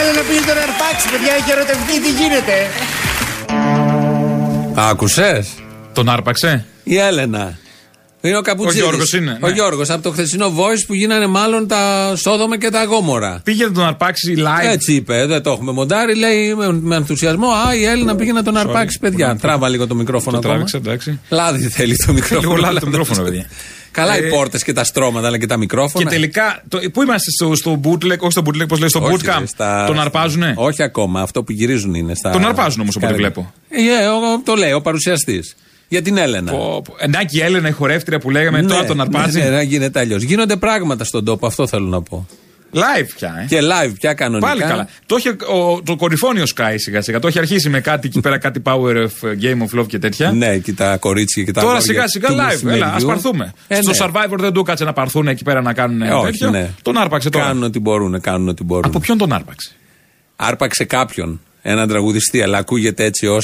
Έλενα πήγε τον αρπάξει, παιδιά, η χειροτευτική, τι γίνεται. Άκουσες. Τον άρπαξε. Η Έλενα. Είναι ο Καπουτσίδης. Ο Γιώργος είναι, Ο ναι. Γιώργος από το χθεσινό voice που γίνανε μάλλον τα Σόδομα και τα Γόμορα. Πήγε να τον αρπάξει live. Έτσι είπε, δεν το έχουμε μοντάρει. Λέει με, με ενθουσιασμό. Α, η Έλληνα πήγε να τον αρπάξει, παιδιά. Τράβα λίγο το μικρόφωνο Το ακόμα. τράβηξε, εντάξει. Λάδι θέλει το μικρόφωνο. Λίγο λάδι το αλλά μικρόφωνο, εντάξει. παιδιά. Καλά οι Ε, πόρτες και τα στρώματα, αλλά και τα Και μικρόφωνα. τελικά, το, πού είμαστε στο, στο bootleg, όχι στο bootleg, πώς λέει, στο Όχι, bootcamp. ρε, στα- Τον αρπάζουνε. Όχι ακόμα, αυτό που γυρίζουν είναι. Στα... Τον αρπάζουν όμως, από ό,τι Καλά. βλέπω. Ε, ε, ο- το λέει ο παρουσιαστής. Για την Έλενα. Πω, πω. Ε, Να και η Έλενα, η χορεύτρια που λέγαμε, τώρα τον αρπάζει. Ναι, ναι, να γίνεται αλλιώς. Γίνονται πράγματα στον τόπο, αυτό θέλω να πω. Live πια, ε. Και live πια κανονικά. Πάλι καλά. Το, είχε, ο, το κορυφώνει ο Sky σιγά σιγά. Το έχει αρχίσει με κάτι εκεί πέρα, κάτι Power of ε, Game of Love και τέτοια. Ναι, και τα κορίτσια και τα Τώρα αγόρια σιγά σιγά του live. μεσημεριού. Έλα, ας παρθούμε. Ε, Στο ναι. Survivor δεν του έκατσε να παρθούν εκεί πέρα να κάνουν Ε, ε, όχι, τέτοιο. ναι. Τον άρπαξε τώρα. Κάνουν ό,τι μπορούν, κάνουν ό,τι μπορούν. Από ποιον τον άρπαξε. Άρπαξε κάποιον. Έναν τραγουδιστή, αλλά ακούγεται έτσι ως. Α.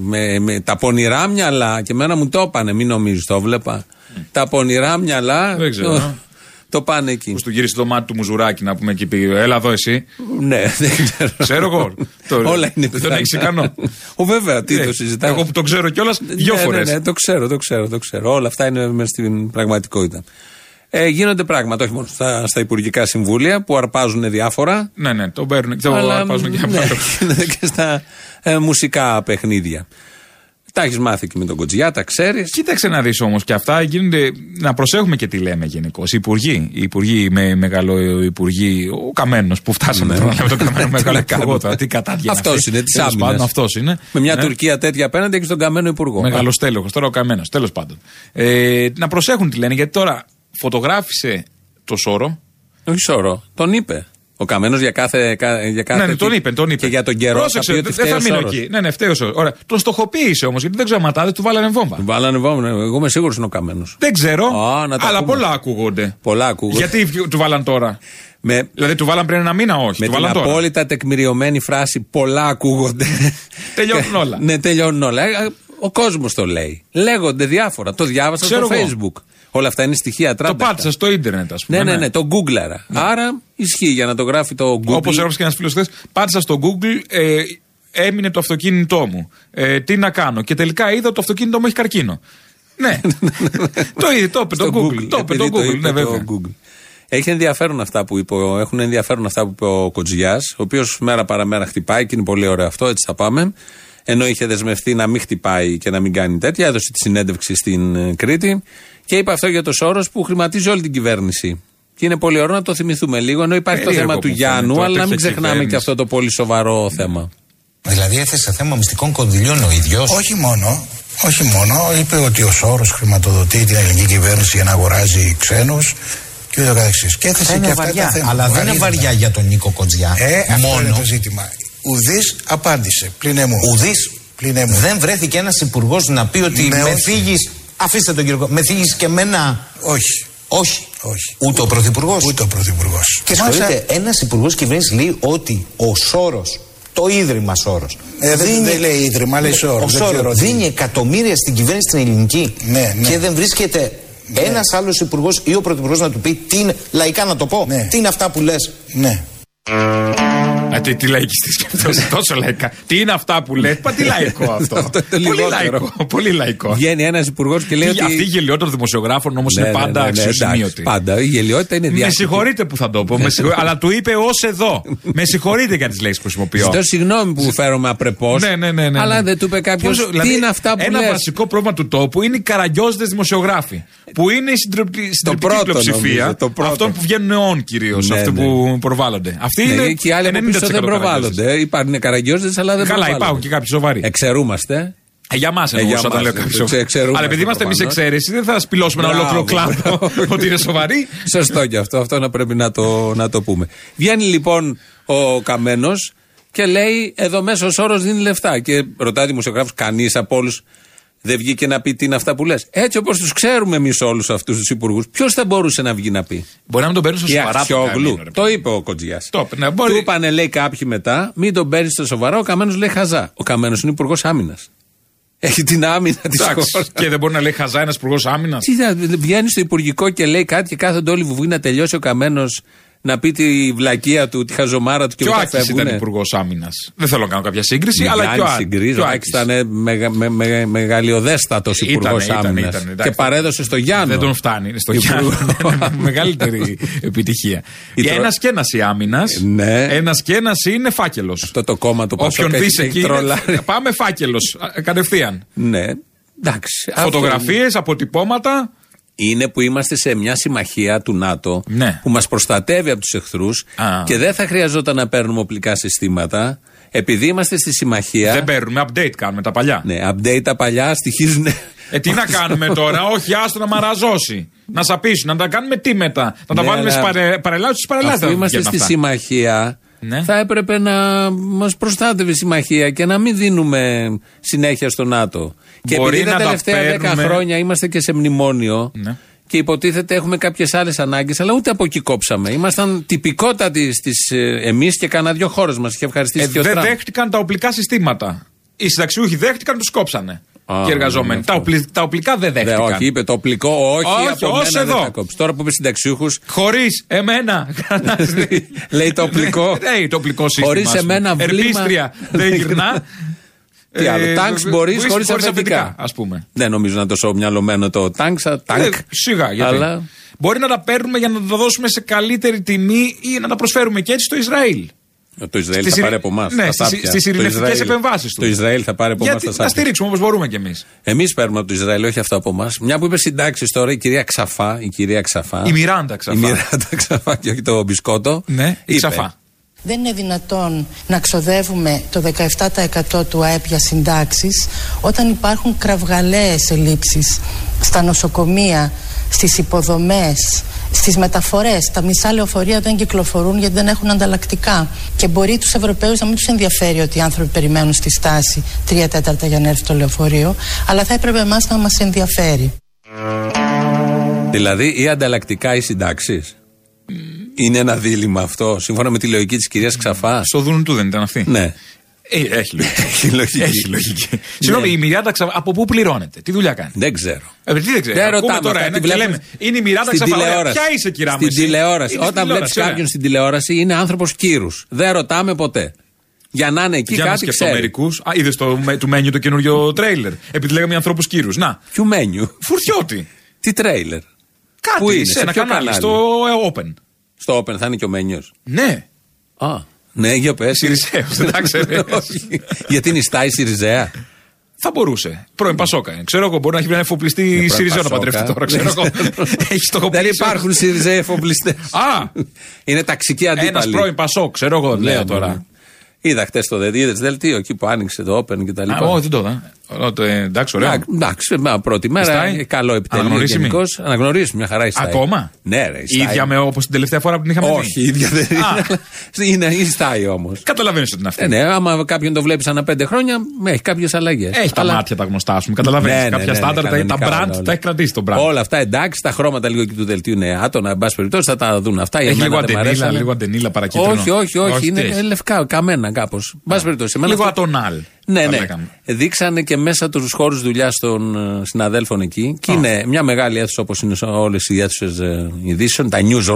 με, με, τα πονηρά μυαλά. Και εμένα μου το έπανε, μην νομίζεις, το βλέπα. Τα πονηρά μυαλά. Δεν ξέρω, το- ναι. Το πάνε εκεί. Που του γύρισε το μάτι του μουζουράκι να πούμε και πήγε. Έλα εδώ εσύ. Ναι, δεν ξέρω. Ξέρω εγώ. Το- Όλα είναι δεν τον έχεις ικανό. Ο, βέβαια, τι Ε, το συζητάμε. Εγώ που τον ξέρω κιόλας δύο ναι, φορές. Ναι, ναι, το ξέρω, το ξέρω, το ξέρω. Όλα αυτά είναι μες στην πραγματικότητα. Ε, γίνονται πράγματα, όχι μόνο στα, στα υπουργικά συμβούλια που αρπάζουν διάφορα. ναι, ναι, τον παίρνουν και τον αρπάζουν και ναι, απάνω. γίνονται και στα ε, μουσικά παιχνίδια. Τα έχεις μάθει και με τον Κοτζιά, τα ξέρεις. Κοίταξε να δεις όμως και αυτά γίνονται. Να προσέχουμε και τι λέμε γενικώ. Οι υπουργοί, οι υπουργοί με μεγάλο υπουργοί, ο Καμένος που φτάσαμε Ναι. τώρα με τον Καμένο μεγάλο υπουργό. τώρα, Τι κατάδια Αυτό είναι, τη άμυνα. Αυτός είναι. Με μια Ναι. Τουρκία τέτοια απέναντι έχει τον καμένο υπουργό. Μεγάλος τέλεχος, τώρα ο καμένος. Τέλος πάντων. Ε, να προσέχουν τι λένε, γιατί τώρα φωτογράφησε το σώρο. Όχι σώρο. Τον είπε. Ο Καμένος για κάθε. κα- Για κάθε Ναι, ναι, τι- τον είπε, τον είπε. Και για τον καιρό. Πρόσεξε, θα πει δεν ότι δεν φταίει θα ο μείνω Σόρος. εκεί. Ναι, ναι, φταίει ο Σόρος. Ωραία. Τον στοχοποίησε όμως, γιατί δεν ξαματάδε, του βάλανε βόμβα. Τον Βάλανε βόμβα. Εγώ είμαι σίγουρος είναι ο Καμένος. Δεν ξέρω, Α, να τα αλλά ακούμε. πολλά ακούγονται. Πολλά ακούγονται. Γιατί βγει- του βάλαν τώρα. Με, Δηλαδή του βάλαν πριν ένα μήνα, όχι. με του την βάλαν τώρα. απόλυτα τεκμηριωμένη φράση πολλά ακούγονται. Τελειώνουν όλα. ναι, τελειώνουν όλα. Ε, Ο κόσμος το λέει. Λέγονται διάφορα. Το διάβασα Ξέρω στο εγώ. Facebook. Όλα αυτά είναι στοιχεία Το τράπεζα. πάτησα στο ίντερνετ, ας πούμε. Ναι, ναι, ναι, το γκούγκλαρα. Άρα ισχύει για να το γράφει το Google. Όπως έγραψε και ένας φίλος χθες, πάτησα στο Google, ε, έμεινε το αυτοκίνητό μου. Ε, τι να κάνω. Και τελικά είδα ότι το αυτοκίνητό μου έχει καρκίνο. Ναι. το είδε, το είπε Στο το Google. Το είπε Επειδή το Google, είπε ναι, το βέβαια. Google. Έχει ενδιαφέρον αυτά που είπε, ο- έχουν ενδιαφέρον αυτά που είπε ο Κοτζιάς, ο οποίος μέρα παραμέρα χτυπάει και είναι πολύ ωραίο αυτό, έτσι θα πάμε. Ενώ είχε δεσμευτεί να μην χτυπάει και να μην κάνει τέτοια, έδωσε τη συνέντευξη στην ε, Κρήτη και είπε αυτό για το Σόρος που χρηματίζει όλη την κυβέρνηση. Και είναι πολύ ωραίο να το θυμηθούμε λίγο, ενώ υπάρχει το Περίεργο θέμα που του φαίνεται, Γιάννου, τώρα αλλά να μην τέτοια ξεχνάμε κυβέρνηση. και αυτό το πολύ σοβαρό θέμα. Δηλαδή έθεσε θέμα μυστικών κονδυλίων ο ίδιος. Όχι μόνο. Όχι μόνο. Είπε ότι ο Σόρος χρηματοδοτεί την ελληνική κυβέρνηση για να αγοράζει ξένους και ούτω καθεξής. Και έθεσε είναι και αυτά βαριά. τα θέματα. αλλά δεν είναι Βαρύτατα. βαριά για τον Νίκο Κοντζιά. Ε, αυτό είναι μόνο. το ζήτημα. Ουδής απάντησε. Πλήνε μου. Ουδή. Πλήνε μου. Δεν βρέθηκε ένας υπουργός να πει ότι Ναι, με όχι. θίγεις- Αφήστε τον κύριο Κο- Με θίγεις και εμένα. Όχι. Όχι. Όχι. Ούτε ο πρωθυπουργός. Ούτε ο πρωθυπουργός. Και συγχωρείτε, ένας υπουργός κυβέρνησης λέει ότι ο Σόρος, το ίδρυμα Σόρος. Ε, δεν- δεν λέει ίδρυμα, λέει Σόρος, Ο δεν Σόρος ξέρω τι. δίνει εκατομμύρια στην κυβέρνηση την ελληνική. Ναι, ναι. Και δεν βρίσκεται Ναι. ένας άλλος υπουργός ή ο πρωθυπουργός να του πει τι είναι, λαϊκά να το πω, Ναι. τι είναι αυτά που λες. Ναι. Α, Ε, Τι, τι λαϊκιστής σκέφτεσαι, τόσο λαϊκά. Τι είναι αυτά που λέει, Πα τι λαϊκό αυτό. Αυτό είναι το Πολύ λιγότερο. λαϊκό. Πολύ λαϊκό. Βγαίνει ένας υπουργός και λέει Τι- ότι. Αυτή η γελιότητα των δημοσιογράφων όμως Ναι, είναι ναι, πάντα ναι, ναι, εντάξει, αξιοσημείωτη. Πάντα. Η γελιότητα είναι Με διάφορη. συγχωρείτε που θα το πω, με συγχω- αλλά του είπε ως εδώ. με συγχωρείτε για τις λέξεις που χρησιμοποιώ. Ζητώ συγγνώμη που φέρομαι απρεπώς. Ναι, ναι, ναι, ναι, ναι. Αλλά δεν του είπε κάποιος. Πώς, Τι δηλαδή, είναι αυτά που Ένα λες. βασικό πρόβλημα του τόπου είναι οι καραγκιόζητες δημοσιογράφοι. Που είναι η συντριπτη- συντριπτική πρώτο, νομίζω, πλειοψηφία το πρώτο. αυτών που βγαίνουν αιών κυρίως, Ναι, αυτοί ναι. που προβάλλονται. Αυτοί Ναι, είναι και οι άλλοι από πίσω δεν 90% καραγκιόζηδες. προβάλλονται. Υπάρχουν καραγκιόζες, αλλά δεν Καλά, προβάλλονται. υπάρχουν και κάποιοι σοβαροί. Εξαιρούμαστε. Ε, για μας για εννοούσα μας, όταν λέω ναι, κάποιο. ξε- ξερούμαστε Αλλά επειδή είμαστε εμείς προφανώς. εξαίρεση, δεν θα σπηλώσουμε ένα Μπράβο, ολόκληρο κλάδο μπράβο. ότι είναι σοβαροί. Σωστό και αυτό. Αυτό να πρέπει να το, να το πούμε. Βγαίνει λοιπόν ο Καμένος και λέει: Εδώ μέσα ο Σόρο δίνει λεφτά. Και ρωτάει δημοσιογράφου, κανείς από όλους δεν βγήκε να πει τι είναι αυτά που λες. Έτσι όπως τους ξέρουμε εμείς όλους αυτούς τους υπουργούς, ποιος θα μπορούσε να βγει να πει. Μπορεί να μην τον παίρνει Και σοβαρά που κάνει, Αξιόγλου. ρε παιδί. Το είπε ο Κοντζιάς. Το είπε, ναι, μπορεί. Του είπανε, λέει κάποιοι μετά, μην τον παίρνεις στο σοβαρά. Ο Καμένος λέει χαζά. Ο Καμένος είναι υπουργός άμυνας. Έχει την άμυνα της χώρα. Εντάξει, Και δεν μπορεί να λέει χαζά ένας υπουργός άμυνας. Τι θα- Βγαίνει στο υπουργικό και λέει κάτι και κάθονται όλοι βουβοί να τελειώσει ο Καμένος να πει τη βλακεία του, τη χαζομάρα του και, Και ο μετά Άκης ήταν φεύγουνε. υπουργός άμυνας. Δεν θέλω να κάνω κάποια σύγκριση, Μην αλλά κάνεις και ο Άκη. συγκρίσεις. Ο Άκης ήταν μεγα, με, με, μεγαλειοδέστατος Ήτανε, υπουργός ήτανε, άμυνας. ήτανε, εντάξει. Και παρέδωσε στο Γιάννο. Δεν τον φτάνει στο Υπουργό. Γιάννη. Είναι Μεγαλύτερη επιτυχία. Η τρο- Ένας και ένας η άμυνας. Ναι. Ένας και ένας είναι φάκελος. Αυτό το κόμμα του Πασόκ Όποιον έχει- δεις έχει εκεί. είναι- τρολάρει. Πάμε φάκελος. Κατευθείαν. Ναι. Εντάξει. Αυτό Φωτογραφίες, αποτυπώματα. είναι που είμαστε σε μια συμμαχία του ΝΑΤΟ Ναι. που μας προστατεύει από τους εχθρούς Α. και δεν θα χρειαζόταν να παίρνουμε οπλικά συστήματα επειδή είμαστε στη συμμαχία. Δεν παίρνουμε. Update κάνουμε τα παλιά. Ε. Ναι, update τα παλιά στοιχίζουν. Ε, τι να κάνουμε τώρα, όχι, άστο να μαραζώσει. Να σαπίσουν, να τα κάνουμε τι μετά. Να τα Ναι, βάλουμε αλλά- στις παρε... παρελάσεις τη Αφού είμαστε στη συμμαχία, Ναι. θα έπρεπε να μας προστάτευε η συμμαχία και να μην δίνουμε συνέχεια στο ΝΑΤΟ. Και Μπορεί επειδή τα να τα τελευταία παίρνουμε- 10 χρόνια είμαστε και σε μνημόνιο Ναι. και υποτίθεται έχουμε κάποιες άλλες ανάγκες, αλλά ούτε από εκεί κόψαμε. Ήμασταν τυπικότατοι στις, ε, εμείς και κανένα δύο χώρε μας. Είχε ευχαριστήσει Ε, και ο δεν Τραμπ. δέχτηκαν τα οπλικά συστήματα. Οι συνταξιούχοι δέχτηκαν, τους κόψανε. Α, και οι εργαζόμενοι. ναι, Τα, οπλι- τα οπλικά δεν Δε, δέχτηκαν. Ε, όχι, είπε το οπλικό, όχι, Όχι, από ως μένα εδώ. δεν θα κόψει. Τώρα που είπε συνταξιούχου, Χωρίς εμένα. λέει το οπλικό. Ναι, το οπλικό σύστημα. Χωρίς ας πούμε. εμένα βλήμα. Ερπίστρια δεν γυρνά. Ε, Τι άλλο, τάγκς μπορείς χωρίς αφεντικά. Ας πούμε. δεν νομίζω να είναι τόσο μυαλωμένο το τάγκ. σαν τάγκ. Ε, σιγά, γιατί. Αλλά Μπορεί να τα παίρνουμε για να τα δώσουμε σε καλύτερη τιμή ή να τα προσφέρουμε και έτσι στο Ισραήλ. Ε, Το Ισραήλ Στις θα Ειρη- πάρει από εμάς. Ναι, στις- στις ειρηνευτικές επεμβάσεις του. Το Ισραήλ θα πάρει από εμά Γιατί τα να σάπια. στηρίξουμε όπως μπορούμε κι εμείς. Εμείς παίρνουμε από το Ισραήλ, όχι αυτό από εμάς. Μια που είπε συντάξεις τώρα, η κυρία Ξαφά. Η κυρία Ξαφά. Η Μιράντα Ξαφά. Η Μιράντα Ξαφά και όχι το μπισκότο. Ναι, η είπε, Ξαφά. Δεν είναι δυνατόν να ξοδεύουμε το 17% του ΑΕΠ για συντάξεις όταν υπάρχουν κραυγαλαίες ελλείψεις στα νοσοκομεία, στις υποδομές, στις μεταφορές. Τα μισά λεωφορεία δεν κυκλοφορούν γιατί δεν έχουν ανταλλακτικά. Και μπορεί τους Ευρωπαίους να μην τους ενδιαφέρει ότι οι άνθρωποι περιμένουν στη στάση 3 τέταρτα για να έρθει το λεωφορείο, αλλά θα έπρεπε εμάς να μας ενδιαφέρει. Δηλαδή, ή ανταλλακτικά ή συντάξεις. Είναι ένα δίλημα αυτό, σύμφωνα με τη λογική της κυρίας Ξαφάς. Στο δούνου του δεν ήταν αυτή. Ναι. Ε, έχει λογική. Έχει λογική. Ναι. Έχει λογική. Συγγνώμη, η Μιράντα Ξαφά από πού πληρώνεται, τι δουλειά κάνει. Δεν ξέρω. Ε, τι δεν ξέρω. Δεν Ακούμε ρωτάμε τώρα αυτά, τη ένα και βλέπουμε λέμε, είναι η Μιράντα στην Ξαφά. Ωραία, τηλεόραση. ποια είσαι, κυρία μου, Στην εσύ? τηλεόραση. Είναι Όταν στην βλέπει τηλεόραση, κάποιον ωραία. στην τηλεόραση είναι άνθρωπος κύρους. Δεν ρωτάμε ποτέ. Για να είναι εκεί Για να κάτι σκεφτώ ξέρει. μερικούς. Α, είδες το με- του μένιου το καινούριο τρέιλερ. Επειδή λέγαμε ανθρώπους κύρους. Να, Ποιου μένιου. φουρτιώτη. Τι τρέιλερ. Κάτι Πού είναι, σε σε ένα ποιο κανάλι, κανάλι? στο ε, Open. Στο Open θα είναι και ο Μένιος. Ναι. Α, ναι, για πες. Σιριζέος, δεν τα ξέρεις. Γιατί νιστάει η Σιριζέα. Θα μπορούσε. Πρώην Πασόκα. είναι. Ξέρω εγώ, μπορεί να έχει ένα εφοπλιστή Ναι, πρώην Σιριζέο να Πασόκα. παντρευτεί τώρα. Ξέρω εγώ. Έχει στοχοποιήσει. Δεν υπάρχουν Σιριζέοι εφοπλιστές. Α! Είναι ταξική Ένα αντίπαλη. πρώην Πασόκ, ξέρω εγώ, λέω τώρα. ναι. Είδα χτες το δε- είδες δελτίο εκεί που άνοιξε το Open και τα Α, λοιπά. όχι, δεν το είδα. Ωραία, το- ε, Εντάξει, ωραία. Εντάξει, Εντάξει, μα, πρώτη μέρα. Ιστάει. ε, Καλό επιτελείο. Αναγνωρίσιμη. γενικώς. Αναγνωρίσιμη, μια χαρά ιστάει. Ακόμα? Ναι, ρε. Η Ιστάει. ίδια με όπως την τελευταία φορά που την είχαμε δει. Όχι, η ίδια δεν είναι. αλλά Είναι, ιστάει όμως. Καταλαβαίνεις ότι είναι Ε, αυτή. ναι, άμα κάποιον το βλέπεις ανά πέντε χρόνια, έχει κάποιες αλλαγές. Ε, Έχει τα μάτια τα γνωστά, ας πούμε. Ναι, Καταλαβαίνει. Κάποια στάνταρ, τα- τα brand τα έχει κρατήσει το brand. Όλα αυτά εντάξει, τα χρώματα λίγο εκεί του δελτίου είναι άτονα, εν πάση περιπτώσει θα τα δουν αυτά. για Έχει μένα λίγο δεν μ' αντενίλα, αρέσανε. λίγο αντενίλα παρακίτρινο. Όχι, όχι, όχι. Όχι, είναι τι έχει. λευκά, καμένα κάπως. Εν πάση περιπτώσει. εμένα Λίγο αυτό- ατονάλ. Ναι, θα ναι. λέγαμε. Δείξανε και μέσα τους χώρους δουλειά των ε, συναδέλφων εκεί. Και είναι μια μεγάλη αίθουσα όπως είναι όλες οι αίθουσες ειδήσεων, τα newsrooms,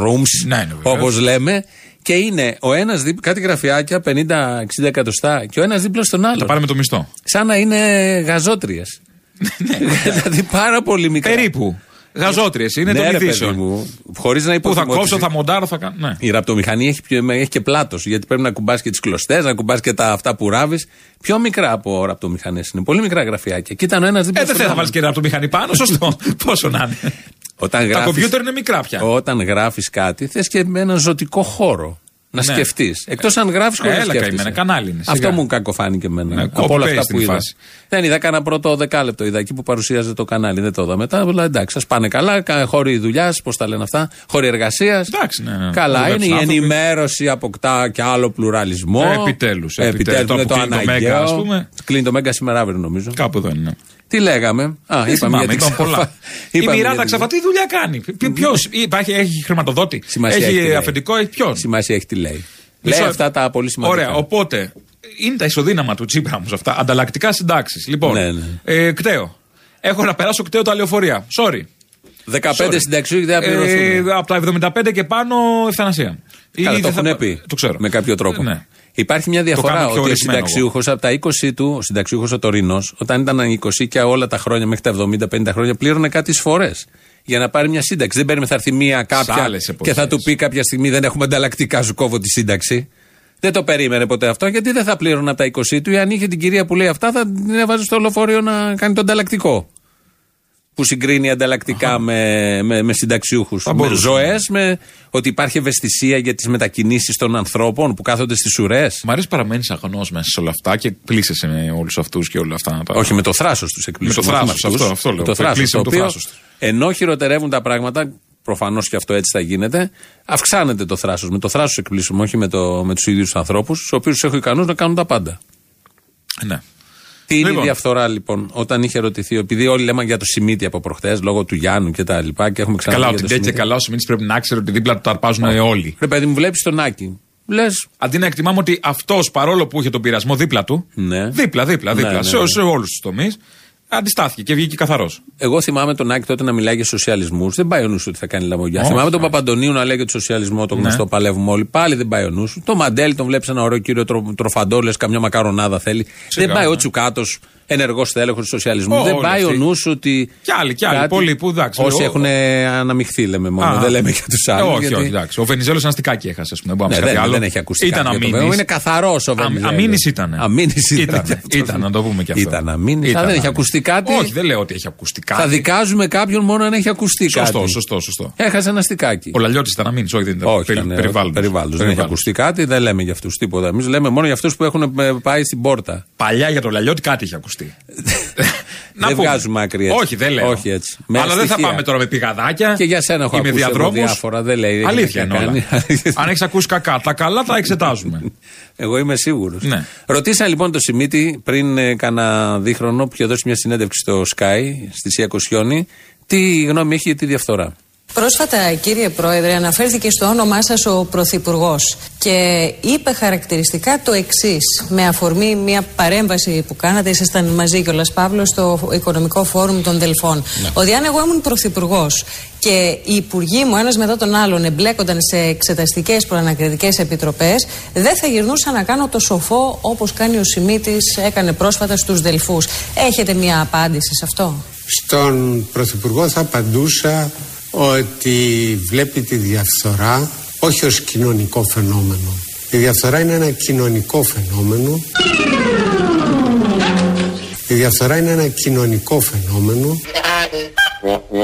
Ναι, ναι, βεβαίως. όπως λέμε. Και είναι ο ένας δίπλα, κάτι γραφιάκια, 50-60 εκατοστά, και ο ένας δίπλα στον άλλο. Θα πάρουμε το μισθό. Σαν να είναι γαζότριες. δηλαδή πάρα πολύ μικρά. Ναι, Περίπου. Γαζότριες είναι ναι, το ρε, παιδί ειδήσεων. μου. Χωρίς να Που θα υποθυμώ κόψω, ότι- θα μοντάρω, θα κάνω. Ναι. η ραπτομηχανή έχει, πιο- έχει και πλάτος. Γιατί πρέπει να κουμπάς και τις κλωστές, να κουμπάς και τα αυτά που ράβεις. Πιο μικρά από ραπτομηχανές είναι. Πολύ μικρά γραφιάκια. Και ήταν ο ένας δίπλα. Ε, δεν στον θε να άλλον. βάλει και ένα από το μηχανή πάνω, σωστό. Πόσο να είναι. Όταν Τα γράφεις, κομπιούτερ είναι μικρά πια. Όταν γράφεις κάτι, θες και με έναν ζωτικό χώρο να Ναι. σκεφτείς. Εκτός αν γράφεις χωρίς να Έλα, σκέφτεσαι. καημένα, κανάλι είναι, σιγά. Αυτό μου κακοφάνηκε εμένα. Ναι, από copy-paste όλα αυτά που είναι η είδα. φάση. Δεν είδα κανένα πρώτο δεκάλεπτο. Είδα εκεί που παρουσίαζε το κανάλι. Δεν το είδα μετά. Αλλά εντάξει, σα πάνε καλά. κα- Χώροι δουλειάς, πώς τα λένε αυτά. Χώροι εργασίας. Εντάξει, ναι, ναι. Καλά Δουλεύουν είναι. Η άνθρωποι. ενημέρωση αποκτά και άλλο πλουραλισμό. Ε, επιτέλους, επιτέλους, είναι από το κλείνει το Μέγκα, αναγκαίο. ας πούμε. Κλείνει το Μέγκα σήμερα αύριο νομίζω. Κάπου εδώ είναι. Τι λέγαμε. Α, είπαμε Θυμάμαι, για την ήταν Ξαφά. πολλά. Η Είπαμε για Μιράντα την- Ξαφά τι δουλειά κάνει. Ποιο υπάρχει, έχει χρηματοδότη. Σημασία έχει τι έχει λέει. αφεντικό, έχει ποιον. Σημασία έχει τι λέει. Μισό Λέει λεπτό. αυτά τα πολύ σημαντικά. Ωραία, οπότε είναι τα ισοδύναμα του Τσίπρα όμως αυτά. Ανταλλακτικά συντάξεις. Λοιπόν, Ναι, ναι. Ε, κταίο. Έχω να περάσω κταίο τα λεωφορεία. Sorry. 15 Sorry. συνταξιούχοι δεν θα Ε, πληρωθούν. από τα 75 και πάνω, ευθανασία. Καλά, το έχουν θα... πει. Το ξέρω. Με κάποιο τρόπο. Ε, ναι. Υπάρχει μια κάνω διαφορά πιο ότι ο ορισμένο εγώ. συνταξιούχος από τα 20 του, ο συνταξιούχος ο Τωρίνος, όταν ήταν ανικοσίκια όλα τα χρόνια μέχρι τα 70-50 χρόνια, πλήρωνε κάτι φορέ για να πάρει μια σύνταξη. Δεν παίρνει, θα έρθει μία κάποια άλλες εποχές. και θα του πει κάποια στιγμή δεν έχουμε ανταλλακτικά, σου κόβω τη σύνταξη. Δεν το περίμενε ποτέ αυτό γιατί δεν θα πλήρωνε από τα 20 του ή αν είχε την κυρία που λέει αυτά θα την έβαζε στο λεωφορείο να κάνει το ανταλλακτικό. Που συγκρίνει ανταλλακτικά με, με, με συνταξιούχους. Θα Με μπορούσε. ζωές, με ότι υπάρχει ευαισθησία για τις μετακινήσεις των ανθρώπων που κάθονται στις ουρές. Μ' αρέσει παραμένεις αγνός μέσα σε όλα αυτά και πλήσεσαι με όλους αυτούς και όλα αυτά. τα- Όχι, με το θράσος τους εκπλήσουν. Με το θράσος, αυτούς. αυτό- αυτό λέω. Με το Το θράσο. Το εκπλήσουν με το οποίο, θράσος τους. ενώ χειροτερεύουν τα πράγματα, προφανώς και αυτό έτσι θα γίνεται, αυξάνεται το θράσος. Με το θράσος εκπλήσουν, όχι με, το, με τους ίδιους ανθρώπου, του οποίου έχω ικανούς να κάνουν τα πάντα. Ναι. Τι είναι Λοιπόν. η διαφθορά λοιπόν, όταν είχε ρωτηθεί, επειδή όλοι λέμε για το Σιμίτι από προχτές, λόγω του Γιάννου και τα λοιπά, και έχουμε ξαναπεί. Καλά, για το ότι δεν και Σιμίτι. καλά ο Σιμίτης πρέπει να ξέρει ότι δίπλα του τα αρπάζουν όλοι. Ρε παιδί μου, βλέπεις τον Άκη. Λες, Αντί να εκτιμάμε ότι αυτός παρόλο που είχε τον πειρασμό δίπλα του. Ναι. Δίπλα, δίπλα, Ναι, δίπλα. ναι, σε ναι. σε όλους τους τομείς. Αντιστάθηκε και βγήκε καθαρός. εγώ θυμάμαι τον Άκη τότε να μιλάει για σοσιαλισμούς. Δεν πάει ο νους του ότι θα κάνει λαμογιά. Όχι, θυμάμαι τον όχι. Ναι. Παπαντονίου να λέει για το σοσιαλισμό, το γνωστό παλεύουμε όλοι. Πάλι δεν πάει ο νους του. Το Μαντέλη τον βλέπεις ένα ωραίο κύριο τρο, τροφαντό, λες, καμιά μακαρονάδα θέλει. Σιγά, δεν πάει ο ναι. Τσουκάτος, ενεργός τέλεχο του σοσιαλισμού. Ω, δεν όλοι πάει ο αυτοί. νους ότι. Κι άλλοι, κι άλλοι, πολλοί που, εντάξει, Όσοι λέω, έχουν ε, αναμειχθεί, λέμε μόνο. Α. δεν λέμε για τους άλλους. Ε, όχι, όχι, εντάξει. Ο Βενιζέλος ένα στικάκι έχασε, ας πούμε. Δεν, Ναι, πάμε σε δεν, κάτι άλλο. δεν έχει ακουστικά. για Ήταν το αμήνη. βέβαιο. Είναι καθαρός ο Βενιζέλος. Αμήνης ήταν. Αμήνης ήταν. Ήταν, ήταν, να το πούμε και αυτό. Ήταν αμήνης. Ήταν Δεν έχει αμήνης. ακουστεί κάτι. Όχι, δεν λέω ότι έχει ακουστικά. Θα δικάζουμε κάποιον μόνο αν έχει ακουστεί κάτι. Σωστό, σωστό, σωστό. Έχασε ένα στικάκι. Ο Λαλιώτης ήταν αμήνης, όχι, δεν ήταν. Όχι, Περι- ήταν, ε, περιβάλλοντος. περιβάλλοντος. Δεν έχει Περιβάλλοντος. ακουστεί κάτι, δεν λέμε για αυτούς τίποτα. Εμείς λέμε μόνο για αυτούς που έχουν ε, πάει στην πόρτα. Παλιά για τον Λαλιώτη κάτι είχε ακουστεί. Δεν βγάζουμε άκρη έτσι. Όχι, δεν λέω. Όχι έτσι. Με Αλλά δεν θα στοιχεία. πάμε τώρα με πηγαδάκια. Και για σένα έχω ή με ακούσει εγώ διαδρόμους. διάφορα, δεν λέει, έχει Αλήθεια να είναι όλα. κάνει. Αν έχεις ακούσει κακά, τα καλά τα εξετάζουμε. Εγώ είμαι σίγουρος. Ναι. Ρωτήσα λοιπόν τον Σιμίτη πριν ε, κανένα δίχρονο που είχε δώσει μια συνέντευξη στο Sky στη Σία Κοσιόνη τι γνώμη έχει για τη διαφθορά. Πρόσφατα, κύριε Πρόεδρε, αναφέρθηκε στο όνομά σας ο Πρωθυπουργός και είπε χαρακτηριστικά το εξής, με αφορμή μια παρέμβαση που κάνατε, ήσασταν μαζί κιόλας Παύλος στο Οικονομικό Φόρουμ των Δελφών. Ότι αν εγώ ήμουν Πρωθυπουργός και οι υπουργοί μου, ένας μετά τον άλλον, εμπλέκονταν σε εξεταστικές προανακριτικές επιτροπές, δεν θα γυρνούσα να κάνω το σοφό όπως κάνει ο Σιμίτης, έκανε πρόσφατα στους Δελφούς. Έχετε μια απάντηση σε αυτό. Στον Πρωθυπουργό θα απαντούσα ότι βλέπει τη διαφθορά όχι ως κοινωνικό φαινόμενο. Η διαφθορά είναι ένα κοινωνικό φαινόμενο. Η διαφθορά είναι ένα κοινωνικό φαινόμενο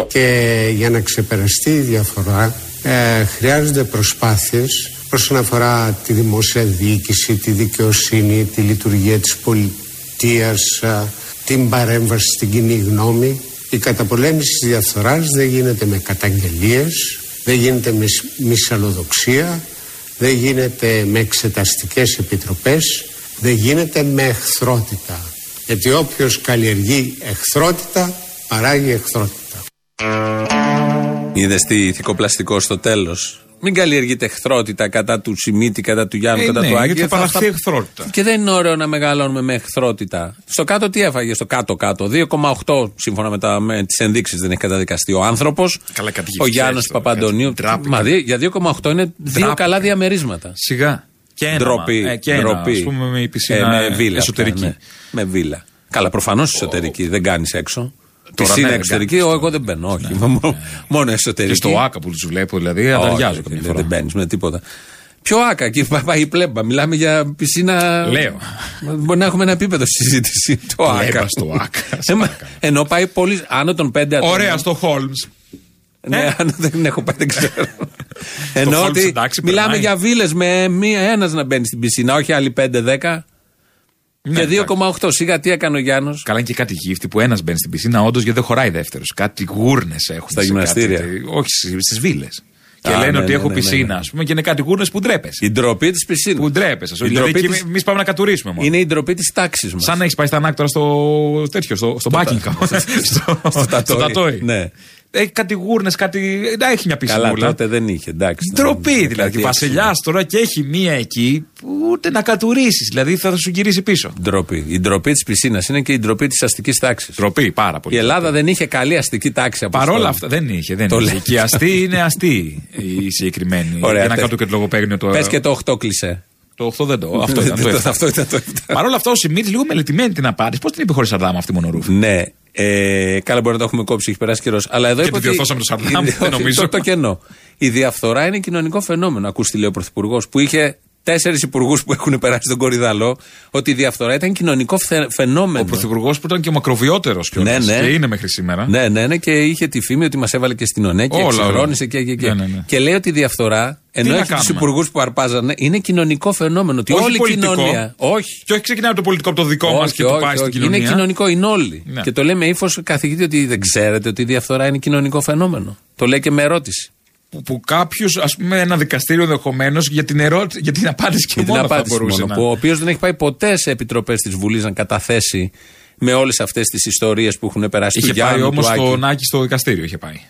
και για να ξεπεραστεί η διαφορά ε, χρειάζονται προσπάθειες όσον αφορά τη δημόσια διοίκηση, τη δικαιοσύνη, τη λειτουργία της πολιτείας, ε, την παρέμβαση στην κοινή γνώμη. Η καταπολέμηση της διαφθοράς δεν γίνεται με καταγγελίες, δεν γίνεται με σ- μυσαλλοδοξία, δεν γίνεται με εξεταστικές επιτροπές, δεν γίνεται με εχθρότητα. Γιατί όποιος καλλιεργεί εχθρότητα, παράγει εχθρότητα. Είδες τι ηθικοπλαστικό στο τέλος. Μην καλλιεργείτε εχθρότητα κατά του Σιμίτη, κατά του Γιάννου, Ε, κατά ναι, του Άκη. γιατί θα παραχθεί εχθρότητα. Και δεν είναι ωραίο να μεγαλώνουμε με εχθρότητα. Στο κάτω τι έφαγε, στο κάτω-κάτω. 2,8 σύμφωνα με, τα- με τις ενδείξεις δεν έχει καταδικαστεί ο άνθρωπος. Καλά, κάτι Ο γυψές Γιάννου τώρα, Παπαντονίου. κάτι ντράπηκε. Μα δι- για 2,8 είναι δύο Ντράπηκε. καλά διαμερίσματα. Σιγά. Και ένα. Ντροπή. Ε, και ένα, ντροπή. ας πούμε με η πισίνα Ε, με βίλα, εσωτερική. αυτά, ναι. Με βίλα. Καλά, προφανώς εσωτερική. Δεν κάνεις έξω. Τώρα Πισίνα ναι, εξωτερική, κάνεις, ο, τώρα. Ναι, εγώ δεν μπαίνω. Όχι. Μόνο- Μόνο εσωτερική. Και στο άκα που τους βλέπω, δηλαδή, Όχι, ανταριάζω δεν- καμιά Δεν φορά. μπαίνεις με τίποτα. Ποιο άκα, εκεί πα- πάει η πλέμπα. Μιλάμε για πισίνα. Λέω. Μπορεί να έχουμε ένα επίπεδο συζήτηση. Το Πλέμπα άκα. στο άκα. Ε, μα- Ενώ πάει πολύ. Άνω των πέντε ατόμων. Ωραία Ε. στο Χόλμ. Ναι, αν δεν έχω πάει, δεν ξέρω. Ενώ Forbes, ότι εντάξει, μιλάμε περνάει. για βίλες με ένας να μπαίνει στην πισίνα, όχι άλλοι 5-10. Ναι, και 2,8. Σιγά τι έκανε ο Γιάννος. Καλά, είναι και κάτι γύφτη που ένας μπαίνει στην πισίνα, όντως γιατί δεν χωράει δεύτερος. Κάτι γούρνες έχουν. Στα σε γυμναστήρια. κάτι- όχι, στι βίλες. Και Α, λένε ναι, ότι ναι, έχω ναι, ναι, πισίνα, ναι. ας πούμε, και είναι κάτι γούρνες που ντρέπεσαι. Η ντροπή της πισίνας. Που ντρέπεσαι. Η Δηλαδή, ντροπή εκεί της- εμείς πάμε να κατουρίσουμε μόνο. Είναι η ντροπή της τάξης μας. Σαν να έχεις πάει στα ανάκτορα στο τέτοιο, στο, στο Buckingham. στο, Τατόι. Ναι. Έχει κάτι γούρνες, κάτι. Να έχει μια Καλά, πισινούλα. τότε δεν είχε, εντάξει. Ντροπή Να- δηλαδή. κάτι Βασιλιά έξυπνο. τώρα και έχει μία εκεί που ούτε να κατουρίσεις. Δηλαδή θα σου γυρίσει πίσω. Ντροπή. Η ντροπή της πισίνας είναι και η ντροπή της αστικής τάξης. Ντροπή, πάρα πολύ. Η Ελλάδα δεν είχε καλή αστική τάξη από Παρόλα αυτά δεν είχε. Δεν Το είχε. λέω. Και η αστή είναι αστή η συγκεκριμένη. Ωραία, Για να πες. κάτω και το λογοπαίγνιο το. Πες και το 8 κλεισέ. Το 8 δεν το. Αυτό Δεν ήταν το το- εφτά. αυτό ήταν το εφτά. Παρ' όλα αυτά ο Σιμίτη λίγο μελετημένη την απάντηση. Πώς την είπε χωρίς Σαρδάμ αυτή η μονορούφη. Ναι. Ε, καλά, μπορεί να το έχουμε κόψει, έχει περάσει καιρός. Αλλά εδώ Και είπε ότι- τη διορθώσαμε το Σαρδάμ, η- δεν όχι, νομίζω. Το, το κενό. Η διαφθορά είναι κοινωνικό φαινόμενο. Ακούστε, λέει ο Πρωθυπουργός, που είχε τέσσερις υπουργούς που έχουν περάσει τον κορυδαλό, ότι η διαφθορά ήταν κοινωνικό φθε- φαινόμενο. Ο Πρωθυπουργός που ήταν και ο μακροβιότερος Ναι, ναι. και είναι μέχρι σήμερα. Ναι, ναι, ναι, και είχε τη φήμη ότι μας έβαλε και στην ΟΝΕ και Όλα, όλα. εξυγχρόνησε και, και, και. Ναι, ναι, ναι. Και λέει ότι η διαφθορά, ενώ να έχει τους κάνουμε. υπουργούς που αρπάζανε, είναι κοινωνικό φαινόμενο. Ότι Όχι όλη η πολιτικό. κοινωνία. Όχι. Και όχι ξεκινάει από το πολιτικό από το δικό μας και το πάει στην κοινωνία. Είναι κοινωνικό, είναι όλοι. Ναι. Και το λέμε ύφος καθηγητή ότι δεν ξέρετε ότι η διαφθορά είναι κοινωνικό φαινόμενο. Το λέει και με ερώτηση. Που, που κάποιος, ας πούμε, ένα δικαστήριο ενδεχομένως για την ερώτηση, για την απάντηση και Και την μόνο θα απάντηση μπορούσε μόνο. να. Που, ο οποίος δεν έχει πάει ποτέ σε επιτροπές της Βουλής να καταθέσει με όλες αυτές τις ιστορίες που έχουν περάσει Είχε του πάει Γιάννου, όμως του Άκη. στον Άκη στο δικαστήριο. Είχε πάει.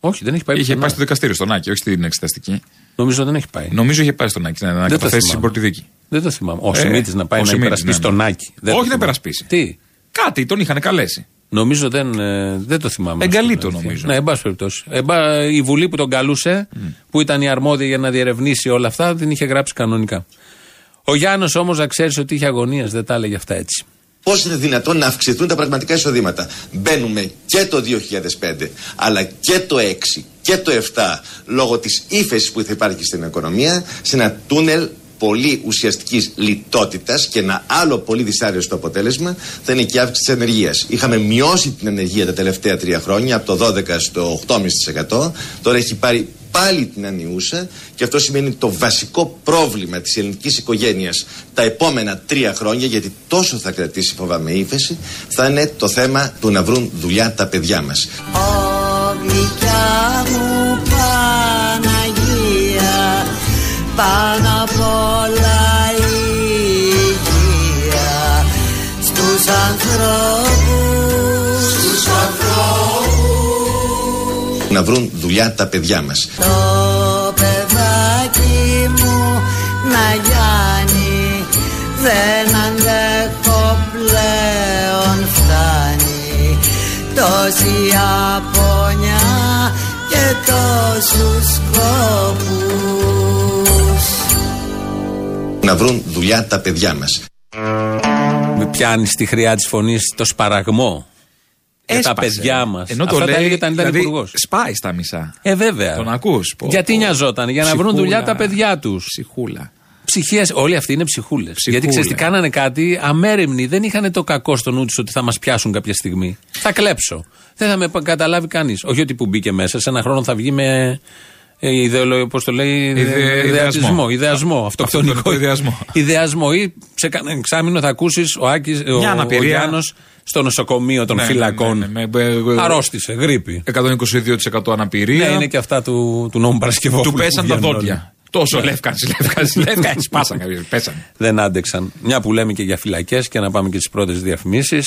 Όχι, δεν έχει πάει. Είχε πουθενά. πάει στο δικαστήριο στον Άκη, όχι στην εξεταστική. Νομίζω δεν έχει πάει. Νομίζω είχε πάει στον Άκη ναι, να το καταθέσει θυμάμαι. στην πρώτη δίκη. Δεν το θυμάμαι. Ο Ε, Σιμίτης να πάει ο να Σιμίτης, υπερασπίσει ναι, ναι. τον Άκη. το Όχι, δεν θυμάμαι. υπερασπίσει. Τι. Κάτι, τον είχαν καλέσει. Νομίζω δεν, ε, δεν το θυμάμαι. Εγκαλεί ας πούμε. το, νομίζω. Ναι, εν πάση περιπτώσει. Ε, μπα- η Βουλή που τον καλούσε, που ήταν η αρμόδια για να διερευνήσει όλα αυτά, την είχε γράψει κανονικά. Ο Γιάννος όμως να ξέρεις ότι είχε αγωνίες, δεν τα έλεγε αυτά έτσι. Πώς είναι δυνατόν να αυξηθούν τα πραγματικά εισοδήματα. Μπαίνουμε και το 2005, αλλά και το 6 και το 7, λόγω της ύφεσης που θα υπάρχει στην οικονομία, σε ένα τούνελ πολύ ουσιαστικής λιτότητας και ένα άλλο πολύ δυσάρεστο αποτέλεσμα θα είναι και η αύξηση της ενεργεία. Είχαμε μειώσει την ενεργεία τα τελευταία τρία χρόνια από το 12 στο 8,5%. Τώρα έχει πάρει πάλι την ανιούσα και αυτό σημαίνει το βασικό πρόβλημα της ελληνικής οικογένειας τα επόμενα τρία χρόνια γιατί τόσο θα κρατήσει φοβάμαι η ύφεση θα είναι το θέμα του να βρουν δουλειά τα παιδιά μας. Ω γλυκιά μου Παναγία Πάνω απ' όλα η υγεία Στους ανθρώπους Στους ανθρώπους να βρουν δουλειά τα παιδιά μας. Το παιδάκι μου να γιάνει Δεν αντέχω πλέον φτάνει Τόση απονιά και τόσους σκόπους Να βρουν δουλειά τα παιδιά μας. Με πιάνεις τη χρειά της φωνής το σπαραγμό. Για τα Έσπασε. παιδιά μας. Ενώ το Αυτά τα λέει. έλεγε όταν ήταν δηλαδή, υπουργός. Σπάει στα μισά. Ε, βέβαια. Τον ακούς. Πω, Γιατί πω. νοιαζόταν, για να βρουν Ψυχούλα. δουλειά τα παιδιά τους. Ψυχούλα. Ψυχές, όλοι αυτοί είναι ψυχούλες. Ψυχούλες. Γιατί ξέρεις τι κάνανε κάτι αμέριμνοι. Δεν είχαν το κακό στο νου τους ότι θα μας πιάσουν κάποια στιγμή. Θα κλέψω. Δεν θα με πα- καταλάβει κανείς. Όχι ότι που μπήκε μέσα, σε ένα χρόνο θα βγει με. ε, Ιδεολο, πώς το λέει, ε, ιδεασμό. ιδεασμό, ιδεασμό, αυτοκτονικό Αυτοκτονικό ιδεασμό. ιδεασμό. Ή σε κανένα εξάμεινο θα ακούσεις ο Άκης, ο, Μια ο αναπηρία. Γιάννος στο νοσοκομείο των Ναι, φυλακών. ναι, ναι, ναι, ναι. Αρρώστησε, γρήπη. 122% Ναι, αναπηρία. είναι και αυτά του, του νόμου Παρασκευόπουλου. Του που πέσαν τα βγαίνουν όλοι. δόντια. Τόσο λεύκαν, λεύκαν, λεύκαν. ναι, Σπάσαν κάποιοι. Πέσαν. δεν άντεξαν. Μια που λέμε και για φυλακές και να πάμε και τι πρώτες διαφημίσεις.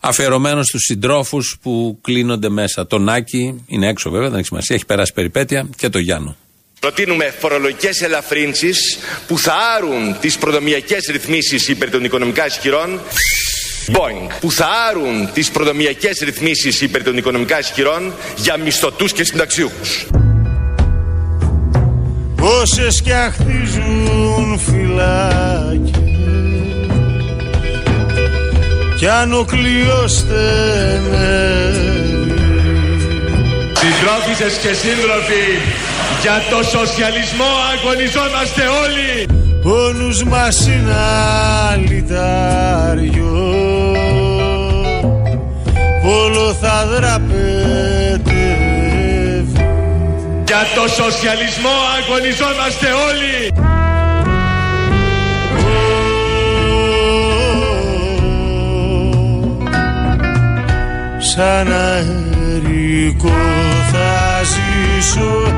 Αφιερωμένος στους συντρόφους που κλείνονται μέσα. Τον Άκη είναι έξω βέβαια, δεν έχει σημασία. Έχει περάσει περιπέτεια και τον Γιάννο. Προτείνουμε φορολογικές ελαφρύνσεις που θα άρουν τις προδομιακές ρυθμίσεις υπέρ των οικονομικά ισχυρών Boeing, που θα άρουν τις προδομιακές ρυθμίσεις υπέρ των οικονομικά ισχυρών για μισθωτούς και συνταξιούχους. Πόσες κι αχτίζουν φυλάκι κι αν ο κλειός Συντρόφισσες και σύντροφοι, για το σοσιαλισμό αγωνιζόμαστε όλοι. ο νους μας είναι αλυτάριο πόλο θα δραπετεύει Για το σοσιαλισμό αγωνιζόμαστε όλοι. σαν αερικό θα ζήσω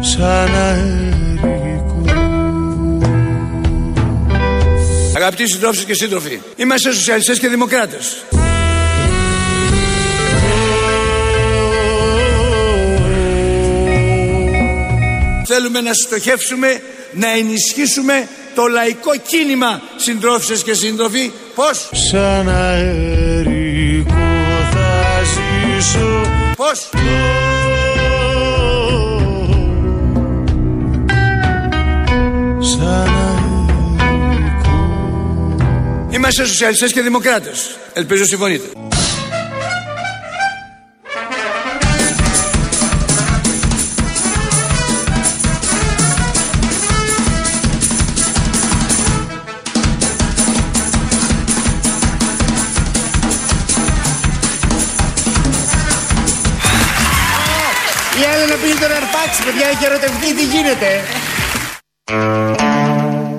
σαν αερικό Αγαπητοί αγαπητοί συντρόφοι και σύντροφοι. Είμαστε σοσιαλιστές και δημοκράτες. Θέλουμε να στοχεύσουμε, να ενισχύσουμε το λαϊκό κίνημα, συντρόφισσες και σύντροφοι. Πώς? Σαν αερικό θα ζήσω Πώς? Σαν Είμαστε σοσιαλιστές και δημοκράτες. Ελπίζω συμφωνείτε. Η Έλενα πήγε τον αρπάξει, παιδιά, έχει ερωτευτεί, τι γίνεται.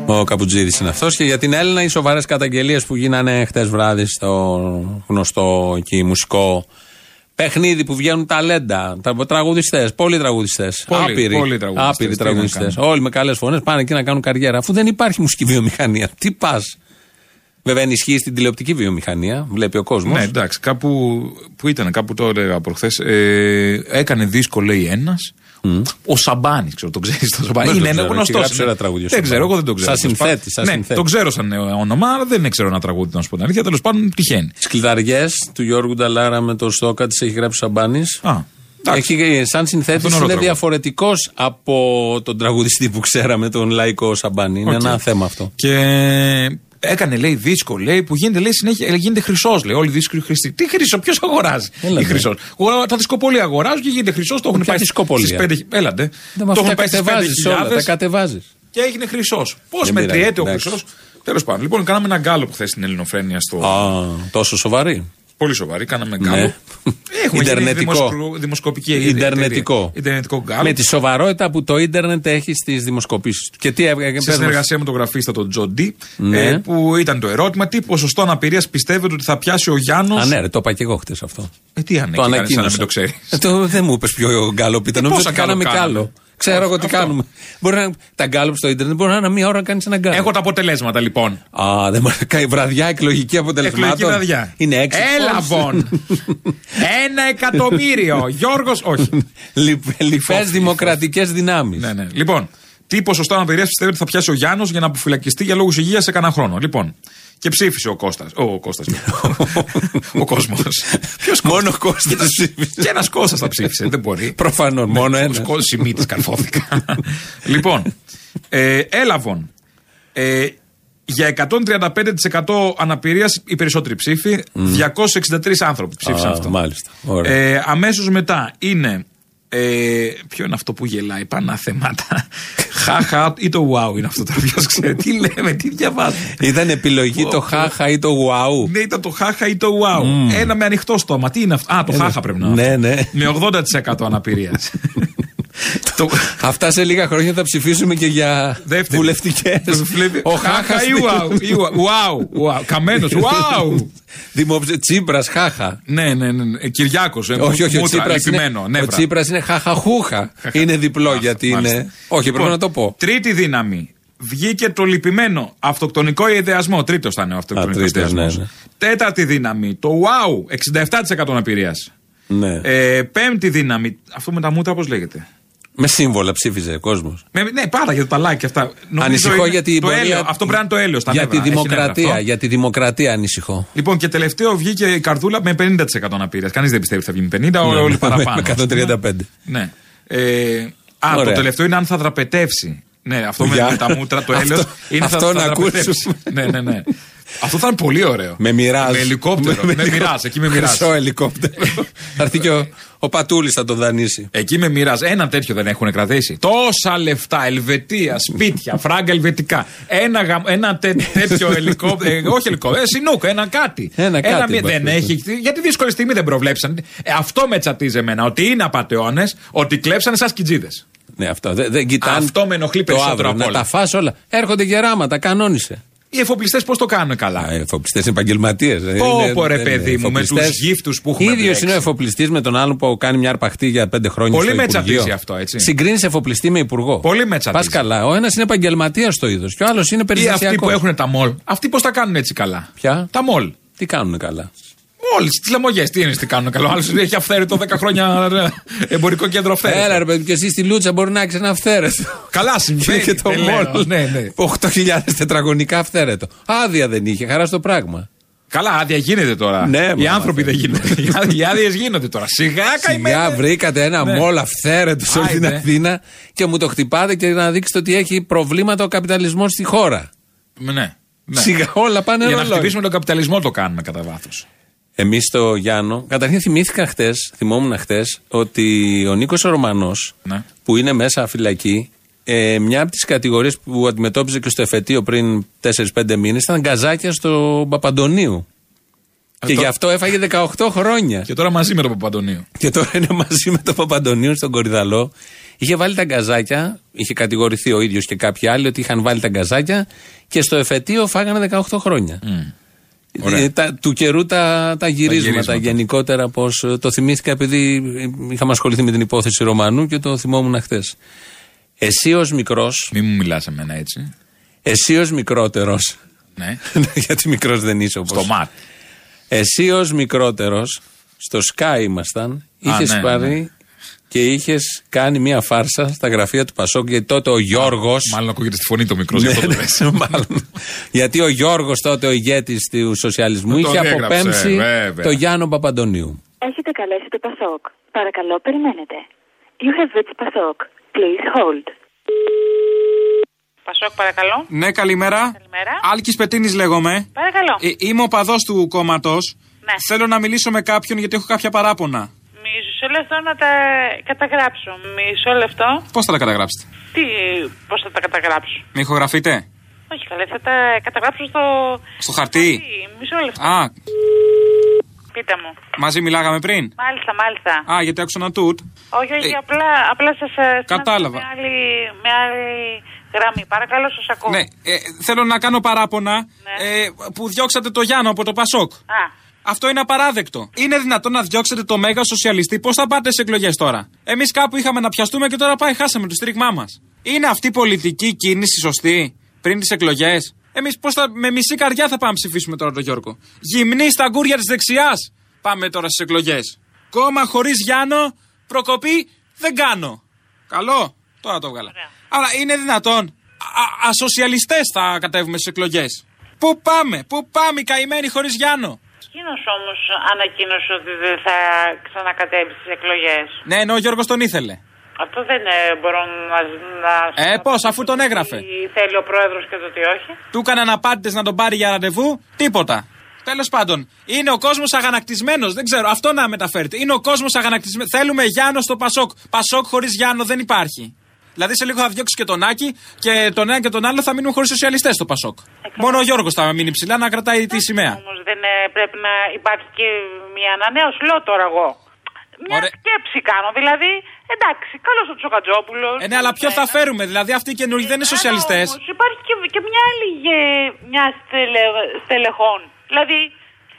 Ο Καπουτζίδη είναι αυτός. Και για την Έλληνα, οι σοβαρές καταγγελίες που γίνανε χτες βράδυ στο γνωστό εκεί μουσικό παιχνίδι που βγαίνουν ταλέντα. Τραγουδιστές, πολλοί τραγουδιστές. Πολλοί, πολλοί τραγουδιστές. Άπειροι Τι να τραγουδιστές. κάνουν. Όλοι με καλές φωνές πάνε εκεί να κάνουν καριέρα. Αφού δεν υπάρχει μουσική βιομηχανία, τι πας. Βέβαια, ενισχύει στην τηλεοπτική βιομηχανία, βλέπει ο κόσμος. Ναι, εντάξει, κάπου που ήταν, κάπου το έλεγα προχθές. Ε, έκανε δίσκο, λέει ένας. Ο Σαμπάνης, ξέρω, τον ξέρει τον Σαμπάνη. Δεν Είναι τον ένα ξέρω, γνωστό. έχει γράψει ωραία τραγούδια ο Δεν ξέρω, Σαμπάνης. εγώ δεν τον ξέρω. Σαν συνθέτη, σαν ναι, συνθέτη. Τον ξέρω σαν ε, όνομα, αλλά δεν ξέρω ένα τραγούδι, να σου πω την αλήθεια. Τέλος πάντων, τυχαίνει. Τι κλειδαριέ του Γιώργου Νταλάρα με το Στόκα τη έχει γράψει ο Σαμπάνης. Α, εντάξει. Έχει, ε, σαν συνθέτη Αυτό είναι ωραίο είναι τραγούδι. διαφορετικός από τον τραγουδιστή που ξέραμε, τον λαϊκό Σαμπάνη. Είναι Οκ. ένα θέμα αυτό. Και έκανε λέει δίσκο, λέει που γίνεται, λέει συνέχεια, ε, γίνεται χρυσός. Λέει όλοι οι δίσκοι χρυσοί. Τι χρυσό, ποιος αγοράζει. Έλα, Έλα, ναι. χρυσό. Τα δισκοπολία αγοράζουν και γίνεται χρυσός. Το έχουν Ποια πάει στις δισκοπολία? 5.000. Έλατε. Δεν Το αυτά έχουν πάει στις κατεβάζεις όλα, τα κατεβάζεις. και έγινε χρυσός. Πώς Δεν πειράζει, μετριέται ο εντάξει. χρυσός. Τέλος πάντων, λοιπόν, κάναμε ένα γκάλο που χθες στην Ελληνοφρένεια στο. Α, τόσο σοβαρή. Πολύ σοβαρή, κάναμε γκάλο. Ναι. Έχουμε Ιντερνετικό. Ιντερνετικό. δημοσκοπική εταιρεία. Ιντερνετικό. Ιντερνετικό γκάλο. Με τη σοβαρότητα που το ίντερνετ έχει στις δημοσκοπήσεις του. Και τι έβγαλε. σε πες μας. συνεργασία με τον γραφίστα τον Τζον Ντι, Ναι. ε, που ήταν το ερώτημα, τι ποσοστό αναπηρίας πιστεύετε ότι θα πιάσει ο Γιάννος. Α, ναι, ρε, το είπα και εγώ χτες αυτό. Ε, τι αν το εκεί, κάνεις σαν να ανακοίνωσα. μην το ξέρεις. Ε, το- δεν μου είπες ποιο γκάλωπ ήταν. Ε, Νομίζω πόσα ότι κάναμε γκάλωπ κάναμε. γκάλο. Ξέρω εγώ τι Αυτό. κάνουμε. Μπορεί να, τα γκάλωπ στο Ιντερνετ μπορεί να είναι μία ώρα να κάνεις ένα γκάλωπ. Έχω τα αποτελέσματα λοιπόν. Α, δεν μπορεί να κάνει βραδιά εκλογική αποτελεσμάτων. Εκλογική βραδιά. Είναι έξι. Έλα, Βον. Ένα εκατομμύριο. Γιώργος, όχι. Λοιπέ δημοκρατικές δυνάμεις. ναι, ναι. Λοιπόν, τι ποσοστό αναπηρία πιστεύετε ότι θα πιάσει ο Γιάννος για να αποφυλακιστεί για λόγους υγείας σε κανένα χρόνο. Λοιπόν, και ψήφισε ο Κώστας. Ο Κώστας. ο κόσμος. Μόνο ο Κώστας ψήφισε. Και ένας Κώστας θα ψήφισε. Δεν μπορεί. Ναι, Προφανώς, μόνο ένας. Ο Σιμίτης καρφώθηκα. λοιπόν, ε, έλαβον. Ε, για 135% αναπηρίας οι περισσότεροι ψήφοι, 263 άνθρωποι ψήφισαν Α, αυτό. μάλιστα. Ωραία. Ε, Αμέσως μετά είναι. Ε, ποιο είναι αυτό που γελάει, Παναθεμάτα. Χαχα ή το wow είναι αυτό τώρα. Ποιο ξέρει, τι λέμε, τι διαβάζουμε. Ήταν επιλογή Πω, το πω. χάχα ή το γουάου. Ναι, ήταν το χάχα ή το wow. Ένα με ανοιχτό στόμα. Τι είναι αυτό. Α, το χάχα πρέπει να Ναι, ναι. Με 80% αναπηρίας. το... Αυτά σε λίγα χρόνια θα ψηφίσουμε και για Δεύτερη. βουλευτικές. Βλέπει- Ο χάχας ή wow. ή wow, wow, wow. Καμένο. Wow. Δημοψη... Τσίπρας, χάχα. Ναι, ναι, ναι, ναι. Κυριάκο. Όχι, όχι, ο Μούτρα, Τσίπρας λυπημένο. είναι, ο νεύρα. Τσίπρας είναι χαχαχούχα. είναι διπλό Μάλιστα, γιατί μάλιστα. είναι. Όχι, πρέπει Λοιπόν, να το πω. Τρίτη δύναμη. Βγήκε το λυπημένο αυτοκτονικό ιδιασμό. Τρίτο ήταν ο αυτοκτονικός τρίτος, ιδιασμό. ναι, ναι. Τέταρτη δύναμη. Το wow. 67% αναπηρία. Ναι. Ε, πέμπτη δύναμη. Αυτό με τα μούτρα πώς λέγεται. Με σύμβολα ψήφιζε ο κόσμος. Με, ναι, πάρα για τα ταλάκια αυτά. Νομίζω Ανησυχώ είναι για την το πορεία- έλαιο. Αυτό πρέπει να είναι το έλαιος. στα Για νεύρα. τη Έχει νεύρα δημοκρατία. αυτό. Για τη δημοκρατία ανησυχώ. Λοιπόν, και τελευταίο βγήκε η καρδούλα με 50% αναπηρία. Κανείς δεν πιστεύει ότι θα βγει με 50, Ναι, όλοι με- παραπάνω. με 135. Ναι. Ε, α, Ωραία. το τελευταίο είναι αν θα δραπετεύσει. Ναι, αυτό με, Για- με τα μούτρα, το Αυτό- έλεος, είναι αυτό θα, να θα δραπετεύσει. ακούσουμε. ναι, ναι, ναι. Αυτό θα είναι πολύ ωραίο. Με μοιράζει. Με ελικόπτερο. Με, ελικο- μοιράζει, εκεί με μοιράζει. Χρυσό ελικόπτερο. θα έρθει και ο, ο Πατούλης θα τον δανείσει. Εκεί με μοιράζει. Ένα τέτοιο δεν έχουν κρατήσει. Τόσα λεφτά, Ελβετία, σπίτια, φράγκα ελβετικά. Ένα, γαμ- ένα τέ- τέτοιο ελικόπτερο. όχι ελικόπτερο, ε, συνούκα, ένα κάτι. Ένα κάτι, μη- εν πάση δεν περιπτώσει. έχει. Γιατί δύσκολη στιγμή δεν προβλέψαν. Ε, αυτό με τσατίζει εμένα. Ότι είναι απαταιώνες, ότι κλέψανε σαν σκιτζίδες. Ναι, αυτό. Δεν, δεν κοιτάνε. Αυτό με ενοχλεί το περισσότερο αύριο, απ' όλα. Να τα φά όλα. Έρχονται γεράματα, κανόνισε. Οι εφοπλιστές πώς το κάνουν καλά. Οι εφοπλιστέ είναι επαγγελματίε. Όπω ρε παιδί μου, με τους γύφτους που έχουμε. ίδιος είναι ο εφοπλιστής με τον άλλο που κάνει μια αρπαχτή για πέντε χρόνια. Πολύ στο με Υπουργείο. τσαντίζει αυτό, έτσι. Συγκρίνεις εφοπλιστή με υπουργό. Πολύ με Πα τσαντίζει. καλά. Ο ένας είναι επαγγελματίας στο είδος και ο άλλος είναι Ή αυτοί που περιστασιακό. έχουν τα μολ. Αυτοί πώς τα κάνουν έτσι καλά. Ποια? Τα μολ. Τι κάνουν καλά. Όλοι τι λαμογέ, τι είναι, τι κάνουν καλό. Άλλος έχει αυθαίρετο 10 χρόνια ε, εμπορικό κέντρο Έλα αυθαίρετο. ρε παιδί, και εσύ στη Λούτσα μπορεί να έχεις ένα αυθαίρετο. Καλά συμβαίνει. και το δεν λέω. μόλ. Ναι, ναι. 8.000 τετραγωνικά αυθαίρετο. Άδεια δεν είχε, χαρά στο πράγμα. Καλά, άδεια γίνεται τώρα. Ναι, Οι μα, άνθρωποι μα, δεν γίνονται. Οι άδει- Οι άδειες γίνονται τώρα. Σιγά Σιγά καημένε. βρήκατε ένα Ναι. μόλ αυθαίρετο σε όλη την Άιντε. Αθήνα και μου το χτυπάτε και να δείξετε ότι έχει προβλήματα ο καπιταλισμός στη χώρα. Ναι. ναι. Σιγά ναι, όλα πάνε Για να ρολόι. χτυπήσουμε τον καπιταλισμό το κάνουμε κατά βάθος. Εμείς στο Γιάννο, καταρχήν θυμήθηκα χτες, θυμόμουν χτες, ότι ο Νίκος Ρωμανός, Ναι. που είναι μέσα φυλακή, ε, μια από τις κατηγορίες που αντιμετώπιζε και στο εφετείο πριν 4-5 μήνες ήταν γκαζάκια στο Παπαντονίου. και Ε, το- γι' αυτό έφαγε 18 χρόνια. Και τώρα μαζί με τον Παπαντονίου. Και τώρα είναι μαζί με τον Παπαντονίου στον Κορυδαλό. Είχε βάλει τα γκαζάκια, είχε κατηγορηθεί ο ίδιος και κάποιοι άλλοι ότι είχαν βάλει τα γκαζάκια και στο εφετείο φάγανε 18 χρόνια. Ωραία. Ε, τα, του καιρού τα, τα γυρίσματα, γυρίσματα. γενικότερα πώ. Το θυμήθηκα επειδή ε, είχαμε ασχοληθεί με την υπόθεση Ρωμανού και το θυμόμουν χθες. Εσύ ως μικρός, Μη μου μιλάς εμένα έτσι. εσύ ως μικρότερος. Ναι. γιατί μικρός δεν είσαι όπως. Στο ΜΑΤ. Εσύ ως μικρότερος, στο Sky ήμασταν, είχες ναι, πάρει ναι. και είχες κάνει μία φάρσα στα γραφεία του Πασόκ. Γιατί τότε ο Γιώργος. Μάλλον ακούγεται στη φωνή το Ναι, μικρό. γι' αυτό το λες. μάλλον. γιατί ο Γιώργος τότε, ο ηγέτης του σοσιαλισμού, Τον είχε έγραψε, αποπέμψει βέβαια. το Γιάννο Παπαντονίου. Έχετε καλέσει το Πασόκ. Παρακαλώ, περιμένετε. You have reached Πασόκ. Please hold. Πασόκ, παρακαλώ. Ναι, καλημέρα. Καλημέρα. Άλκης Πετίνης λέγομαι. Παρακαλώ. Ε, είμαι ο παδός του κόμματος. Ναι. Θέλω να μιλήσω με κάποιον γιατί έχω κάποια παράπονα. Μισό λεπτό να τα καταγράψω. Μισό λεπτό. Πώς θα τα καταγράψετε, Τι, πώς θα τα καταγράψω. Με ηχογραφείτε. Όχι, καλέ, θα τα καταγράψω στο. Στο χαρτί. Μισό λεπτό. Α, Πείτε μου. μαζί μιλάγαμε πριν. Μάλιστα, μάλιστα. Α, γιατί άκουσα ένα τούτ. όχι, όχι, ε, απλά, απλά σας. κατάλαβα. Με άλλη, με άλλη γραμμή. Παρακαλώ, σας ακούω. Ναι, ε, θέλω να κάνω παράπονα ε, που διώξατε το Γιάννο από το Πασόκ. Ναι. Α, Αυτό είναι απαράδεκτο. Είναι δυνατόν να διώξετε το μέγα σοσιαλιστή. Πώς θα πάτε σε εκλογές τώρα. Εμείς κάπου είχαμε να πιαστούμε και τώρα πάει χάσαμε το στήριγμά μας. Είναι αυτή η πολιτική κίνηση σωστή πριν τις εκλογές. Εμείς πώς θα. με μισή καρδιά θα πάμε ψηφίσουμε τώρα τον Γιώργο. Γυμνή στα γκούρια της δεξιάς πάμε τώρα στις εκλογές. Κόμμα χωρίς Γιάννο, προκοπή δεν κάνω. Καλό. Τώρα το βγάλα. Άρα είναι δυνατόν. Α- Ασοσιαλιστές θα κατέβουμε στις εκλογές. Πού πάμε, πού πάμε οι καημένοι χωρίς Γιάννο. εκείνος όμως ανακοίνωσε ότι δεν θα ξανακατέβει στι εκλογές. Ναι, ενώ ο Γιώργος τον ήθελε. Αυτό δεν ε, μπορώ να. να Ε, πώ, αφού τον έγραφε. τι θέλει ο πρόεδρος και το τι όχι. Του έκαναν απάντητε να τον πάρει για ραντεβού, τίποτα. Τέλος πάντων, είναι ο κόσμος αγανακτισμένος. Δεν ξέρω, αυτό να μεταφέρετε. Είναι ο κόσμος αγανακτισμένος. Θέλουμε Γιάννο στο Πασόκ. Πασόκ χωρίς Γιάννο δεν υπάρχει. Δηλαδή σε λίγο θα διώξει και τον Άκη και τον ένα και τον άλλο θα μείνουν χωρίς σοσιαλιστές στο Πασόκ. Μόνο ο Γιώργος θα μείνει ψηλά να κρατάει τη σημαία. Όμως δεν ε, πρέπει να υπάρχει και μια ανανέωση, λέω τώρα εγώ. Μια σκέψη κάνω. Δηλαδή, εντάξει, καλός ο Τσοκατζόπουλος. Ε, ναι, αλλά ποιο θα φέρουμε, δηλαδή αυτοί οι καινούργοι δεν είναι σοσιαλιστέ. Υπάρχει και, και μια άλλη γε- μια στελε, στελεχών. Δηλαδή,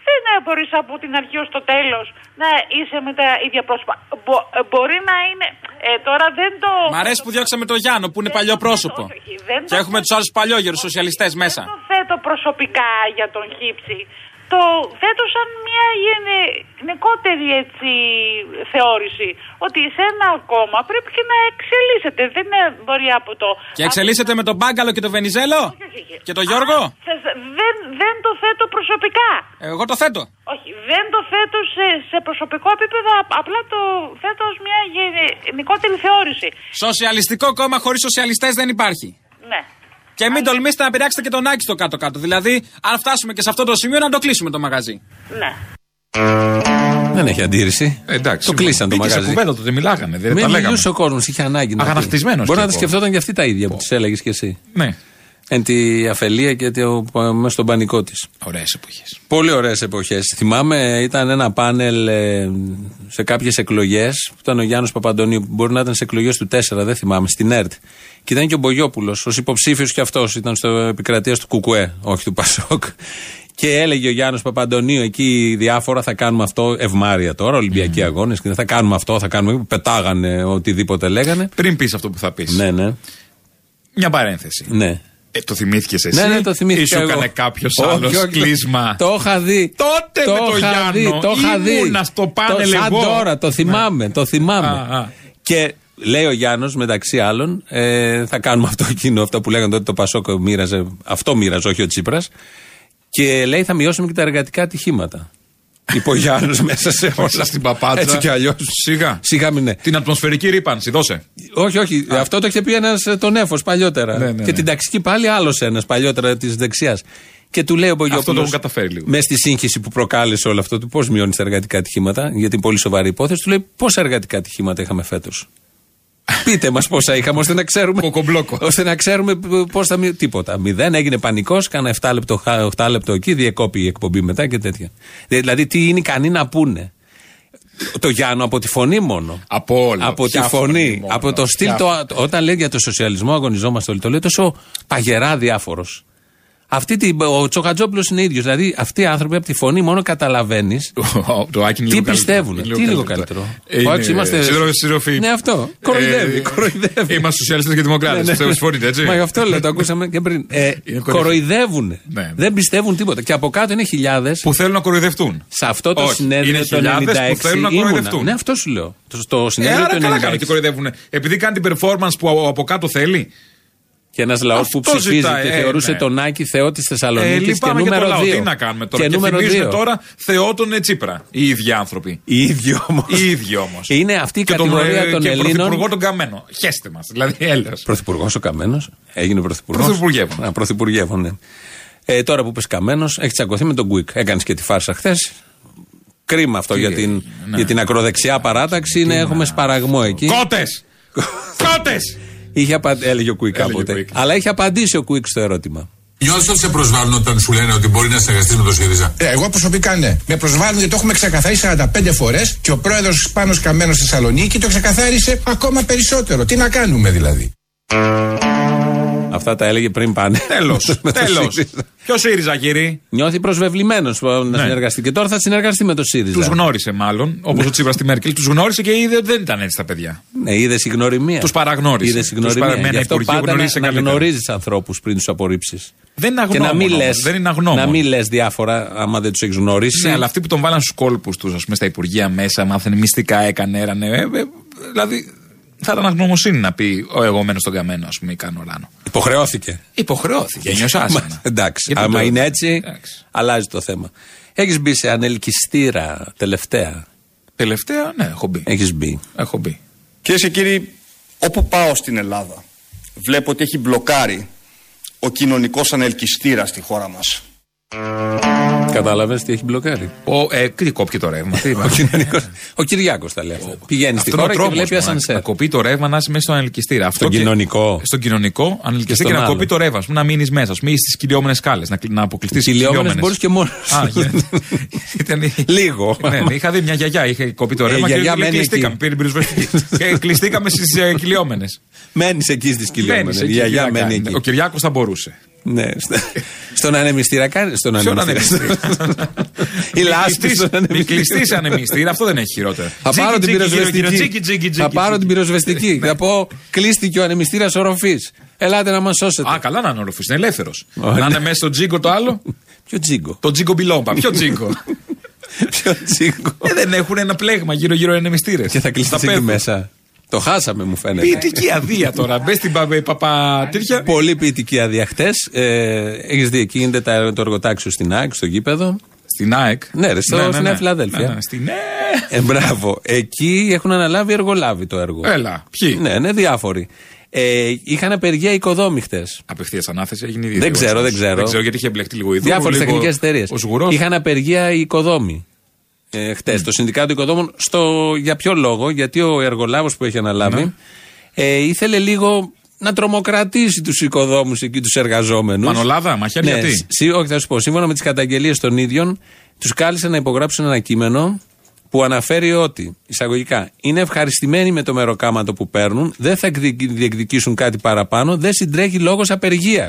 δεν μπορείς από την αρχή ως το τέλος να είσαι με τα ίδια πρόσωπα. Μπο- ε, μπορεί να είναι. Ε, τώρα δεν το. Μ' αρέσει που διώξαμε τον Γιάννο που είναι παλιό πρόσωπο. δεν Και το- έχουμε τους άλλους παλιόγερους σοσιαλιστέ μέσα. το θέτω προσωπικά για τον Χίψη. Το θέτω σαν μια γενε- γενικότερη έτσι, θεώρηση. Ότι σε ένα κόμμα πρέπει και να εξελίσσεται. Δεν ε, μπορεί από το. Και εξελίσσεται με τον Μπάγκαλο και τον Βενιζέλο. Και τον Γιώργο. Σας, δεν, δεν το θέτω προσωπικά. Εγώ το θέτω. Όχι, δεν το θέτω σε, σε προσωπικό επίπεδο, απ- απλά το θέτω ως μια γενικότερη θεώρηση. Σοσιαλιστικό κόμμα χωρίς σοσιαλιστές δεν υπάρχει. Ναι. Και μην τολμήσετε να πειράξετε και τον Άκη στο κάτω-κάτω. Δηλαδή, αν φτάσουμε και σε αυτό το σημείο, να το κλείσουμε το μαγαζί. Ναι. Δεν έχει αντίρρηση. Ε, Εντάξει. το κλείσαν το μπήκε σε μαγαζί. κουβέντα τότε, μιλάγανε. Δεν Με τα λέγαμε. μιλούσε ο κόσμος, είχε ανάγκη να πει. Αγανακτισμένος Μπορεί και να τα εγώ. σκεφτόταν και αυτοί τα ίδια που τις έλεγες κι εσύ. Ναι. Εν τη αφελία και το, μέσα στον πανικό της. Ωραίες εποχές. Πολύ ωραίες εποχές. Θυμάμαι, ήταν ένα πάνελ ε, σε κάποιες εκλογές. που Ήταν ο Γιάννη Παπαντονίου, που μπορεί να ήταν σε εκλογές του 4, δεν θυμάμαι, στην ΕΡΤ. Και ήταν και ο Μπογιόπουλος, ως υποψήφιος κι αυτός. Ήταν στο επικρατείας του Κουκουέ, όχι του Πασόκ. Και έλεγε ο Γιάννη Παπαντονίου εκεί διάφορα θα κάνουμε αυτό. Ευμάρια τώρα, Ολυμπιακοί αγώνε. Θα κάνουμε αυτό, θα κάνουμε. Πετάγανε οτιδήποτε λέγανε. Πριν πεις αυτό που θα πεις. Ναι, ναι. Μια παρένθεση. Ναι. Ε, το θυμήθηκες εσύ. Ναι, ναι, το θυμήθηκα Ή σου εγώ. έκανε κάποιος Όχι, άλλος όχι, κλείσμα. Το είχα δει. Τότε με το είχα Γιάννο δει, Το είχα δει. ήμουνα στο πάνελ Το- Σαν εγώ. Ναι. τώρα, το θυμάμαι. Το θυμάμαι. Α, α. Και λέει ο Γιάννος μεταξύ άλλων, ε, θα κάνουμε αυτό εκείνο, αυτό που λέγανε τότε το Πασόκ ε, μοίραζε. Αυτό μοίραζε, όχι ο Τσίπρας. Και λέει θα μειώσουμε και τα εργατικά ατυχήματα. Είπε ο Γιάννο μέσα σε όλα. Μέσα στην παπάτσα. Έτσι κι αλλιώς. Σιγά. Σιγά μην ναι. είναι. Την ατμοσφαιρική ρήπανση, δώσε. Όχι, όχι. Αυτό το είχε πει ένας τον έφος παλιότερα. Ναι, ναι, ναι. Και την ταξική πάλι άλλος ένας παλιότερα της δεξιάς. Και του λέει ο Μπογιόπουλος. Αυτό το έχουν καταφέρει λίγο. Μες στη σύγχυση που προκάλεσε όλο αυτό του, πώς μειώνεις τα εργατικά ατυχήματα, γιατί είναι πολύ σοβαρή υπόθεση, του λέει πόσα εργατικά ατυχήματα είχαμε φέτος. Πείτε μας πόσα είχαμε, ώστε να ξέρουμε. Κοκομπλόκο. ώστε να ξέρουμε πώς θα μειω... Τίποτα. Μηδέν, έγινε πανικός, κάνα 7 λεπτό, 8 λεπτό εκεί, διεκόπη η εκπομπή μετά και τέτοια. Δηλαδή, τι είναι ικανοί να πούνε. Το Γιάννο από τη φωνή μόνο. Από όλο. Από τη Ποια φωνή, μόνο, από το στυλ. ποια Το, όταν λέει για το σοσιαλισμό, αγωνιζόμαστε όλοι. Το λέει τόσο παγερά διάφορος. Αυτή την, ο Τσοχατζόπουλος είναι ίδιος. Δηλαδή, αυτοί οι άνθρωποι από τη φωνή μόνο καταλαβαίνεις. Ο- το Άκη είναι Τι λίγο πιστεύουνε, καλύτερο. τι λίγο καλύτερο. Ο Άκης είμαστε- σύντροφοι- σύντροφοι. Ε, Ναι, αυτό. Κοροϊδεύει, κοροϊδεύει. Είμαστε σοσιαλιστές και δημοκράτες. Ναι, ναι. Συμφωνείτε, έτσι. Μα γι' αυτό λέω, το ακούσαμε και πριν. Ε, κορυφή. κοροϊδεύουν. Ναι. Δεν πιστεύουν τίποτα. Και από κάτω είναι χιλιάδες. Που θέλουν να κοροϊδευτούν. Σε αυτό το Όχι, είναι συνέδριο το 96 χιλιάδες που θέλουν να ήμουνα. κοροϊδευτούν. Ναι, αυτό σου λέω. Το, στο Ε, συνέδριο άρα το καλά κάνουν 96. και κοροϊδεύουν. Επειδή κάνει την performance που από- από κάτω θέλει. Και ένας λαός που Αυτό ψηφίζει ζητάει, και ε, θεωρούσε ναι. τον Άκη θεό τη Θεσσαλονίκης Ε, και λυπάμαι για τον νούμερο λαό. 2. Τι να κάνουμε τώρα. Και, θυμίζουν τώρα Θεό τον Τσίπρα. Οι ίδιοι άνθρωποι. Οι ίδιοι όμως. Οι ίδιοι όμως. Είναι αυτή η κατηγορία των και Ελλήνων. πρωθυπουργό τον καμένο. Χέστε μας. Δηλαδή, έλεος. Πρωθυπουργός ο Καμένος. Έγινε πρωθυπουργός. Πρωθυπουργεύων. Α, πρωθυπουργεύων, ναι. Ε, τώρα που πες Καμένος, έχεις τσακωθεί με τον Κουικ. Έκανες και τη φάρσα χθες. Κρίμα αυτό για την, ναι. για την ακροδεξιά παράταξη. Είναι, έχουμε σπαραγμό εκεί. Κότες! Κότες! Είχε απα- Έλεγε ο Κουικ Έλεγε ο κάποτε. Κουικ. Αλλά έχει απαντήσει ο Κουικ στο ερώτημα. Νιώθεις ότι σε προσβάλλουν όταν σου λένε ότι μπορεί να συνεργαστείς με τον ΣΥΡΙΖΑ. Ε, εγώ προσωπικά ναι. Με προσβάλλουν γιατί το έχουμε ξεκαθαρίσει 45 φορές και ο πρόεδρος πάνω καμένο στη Θεσσαλονίκη το ξεκαθάρισε ακόμα περισσότερο. Τι να κάνουμε δηλαδή. Αυτά τα έλεγε πριν πάνε. Τέλος. Με το Τέλος. ΣΥΡΙΖΑ. Ε. Ποιος ΣΥΡΙΖΑ, κύριε. Νιώθει προσβεβλημένος Ναι. να συνεργαστεί. Και τώρα θα συνεργαστεί με το ΣΥΡΙΖΑ. Τους γνώρισε μάλλον, όπως ο Τσίπρα στη Μέρκελ, τους γνώρισε και είδε ότι δεν ήταν έτσι τα παιδιά. Ναι, είδε συγνωριμία. Τους παραγνώρισε. Είδε Τους συγνωριμία. παραμένει Γι' αυτό υπουργείο, πάντα γνωρίζεσαι να, να καλύτερα. γνωρίζεις ανθρώπους πριν τους απορρίψεις. Δεν είναι Και να αγνώμων. μην όμως, λες δεν είναι αγνώμων. να μην λες διάφορα άμα δεν τους έχεις γνωρίσει. Ναι, αλλά αυτοί που τον βάλαν στους κόλπους τους, ας πούμε, στα υπουργεία μέσα, μάθανε μυστικά, έκανε, έρανε. ε, ε, δηλαδή, θα ήταν αγνωμοσύνη να πει ο εγώ μένω στον καμένο, ας πούμε, ή κάνω ράνο. Υποχρεώθηκε. Υποχρεώθηκε, νιώσα Μα, άσχημα. Εντάξει. Γιατί Άμα το- είναι έτσι, Εντάξει. αλλάζει το θέμα. Έχεις μπει σε ανελκυστήρα τελευταία. Τελευταία, ναι, έχω μπει. Έχεις μπει. Έχω μπει. Κυρίες και κύριοι, όπου πάω στην Ελλάδα, βλέπω ότι έχει μπλοκάρει ο κοινωνικός ανελκυστήρας στη χώρα μας. Κατάλαβες τι έχει μπλοκάρει. Ο, ε, τι κόπηκε το ρεύμα. τι είπα. Ο, Κυριάκος- ο Κυριάκος τα λέει αυτά. Πηγαίνει στη Αυτό είναι ο χώρα και τρόπος, βλέπει μα, Να ασανσέρ. κοπεί το ρεύμα να είσαι μέσα στο ανελκυστήρα. Αυτό Στον και- κοινωνικό. Στον κοινωνικό ανελκυστήρα Και και, στον να άλλο. κοπεί το ρεύμα. ας πούμε, Να μείνεις μέσα. Ας πούμε, ή στις κυλιόμενες σκάλες. Να, κλει- να αποκλειστείς. Κυλιόμενες μπορείς και μόνος Α, σου. γε- ήταν η- Λίγο. Ναι, ναι, είχα δει μια γιαγιά. Είχε κοπεί το Ε, ρεύμα η και γιαγιά λέει, μένει κλειστήκαμε. εκεί. Πήρε πυροσβεστική. Και κλειστήκαμε ε, στι κυλιόμενες. Μένεις εκεί στις κυλιόμενε. Η γιαγιά μένει εκεί. Ο Κυριάκος θα μπορούσε. Ναι. στο- Στον ανεμιστήρα κάνει. Στον Ποιον ανεμιστήρα. ανεμιστήρα. Η λάσπη στον Μη ανεμιστήρα. κλειστή ανεμιστήρα, αυτό δεν έχει χειρότερο. Θα πάρω την Τζίκι, τζίκι, γύρω, γύρω, τζίκι, τζίκι, πυροσβεστική. Θα τζίκι, πάρω τζίκι. Ναι. την πυροσβεστική. Θα πω κλείστηκε ο ανεμιστήρας οροφή. Ελάτε να μας σώσετε. Α, καλά να είναι οροφή, είναι ελεύθερος. Ω, Να ναι. είναι μέσα στο τζίγκο το άλλο. Ποιο τζίγκο. Το τζίγκο μπιλόμπα. Ποιο τζίγκο. Ποιο τζίγκο. Ε, δεν έχουν ένα πλέγμα γύρω-γύρω ανεμιστήρες. Και θα κλειστεί εκεί μέσα. Το χάσαμε, μου φαίνεται. Ποιητική αδεία τώρα. Μπες στην πα- ε, παπατήρια. Πολύ ποιητική άδεια χτες. Έχεις δει, εκεί γίνεται τα- το εργοτάξιο στην ΑΕΚ, στο γήπεδο. Στην ΑΕΚ. Ναι, ρε, στο- στη Νέα Φιλαδέλφια. Ναι, ναι, Στην Ε, μπράβο. Εκεί έχουν αναλάβει εργολάβη το έργο. Έλα, ποιοι. Ναι, ναι, διάφοροι. Ε, είχαν απεργία οικοδόμοι χτες. Απευθείας ανάθεση έγινε ήδη. Δεν ξέρω, δεν ξέρω. Δεν ξέρω γιατί είχε μπλεχτεί λίγο η Δούρου, Διάφορες λίγο τεχνικές εταιρείες. Ο Σγουρός. Είχαν απεργία οι οικοδόμοι. Ε, Χτες, το Συνδικάτο Οικοδόμων. Ναι. Στο, για ποιο λόγο, γιατί ο εργολάβος που έχει αναλάβει ε, ήθελε λίγο να τρομοκρατήσει τους οικοδόμους εκεί, τους εργαζόμενους. Μανολάδα, μαχαίρια ναι, τι? σύ- όχι, θα σου πω. Σύμφωνα με τις καταγγελίες των ίδιων, τους κάλεσε να υπογράψουν ένα κείμενο που αναφέρει ότι, εισαγωγικά, είναι ευχαριστημένοι με το μεροκάματο που παίρνουν, δεν θα εκδικ- διεκδικήσουν κάτι παραπάνω, δεν συντρέχει λόγος απεργίας.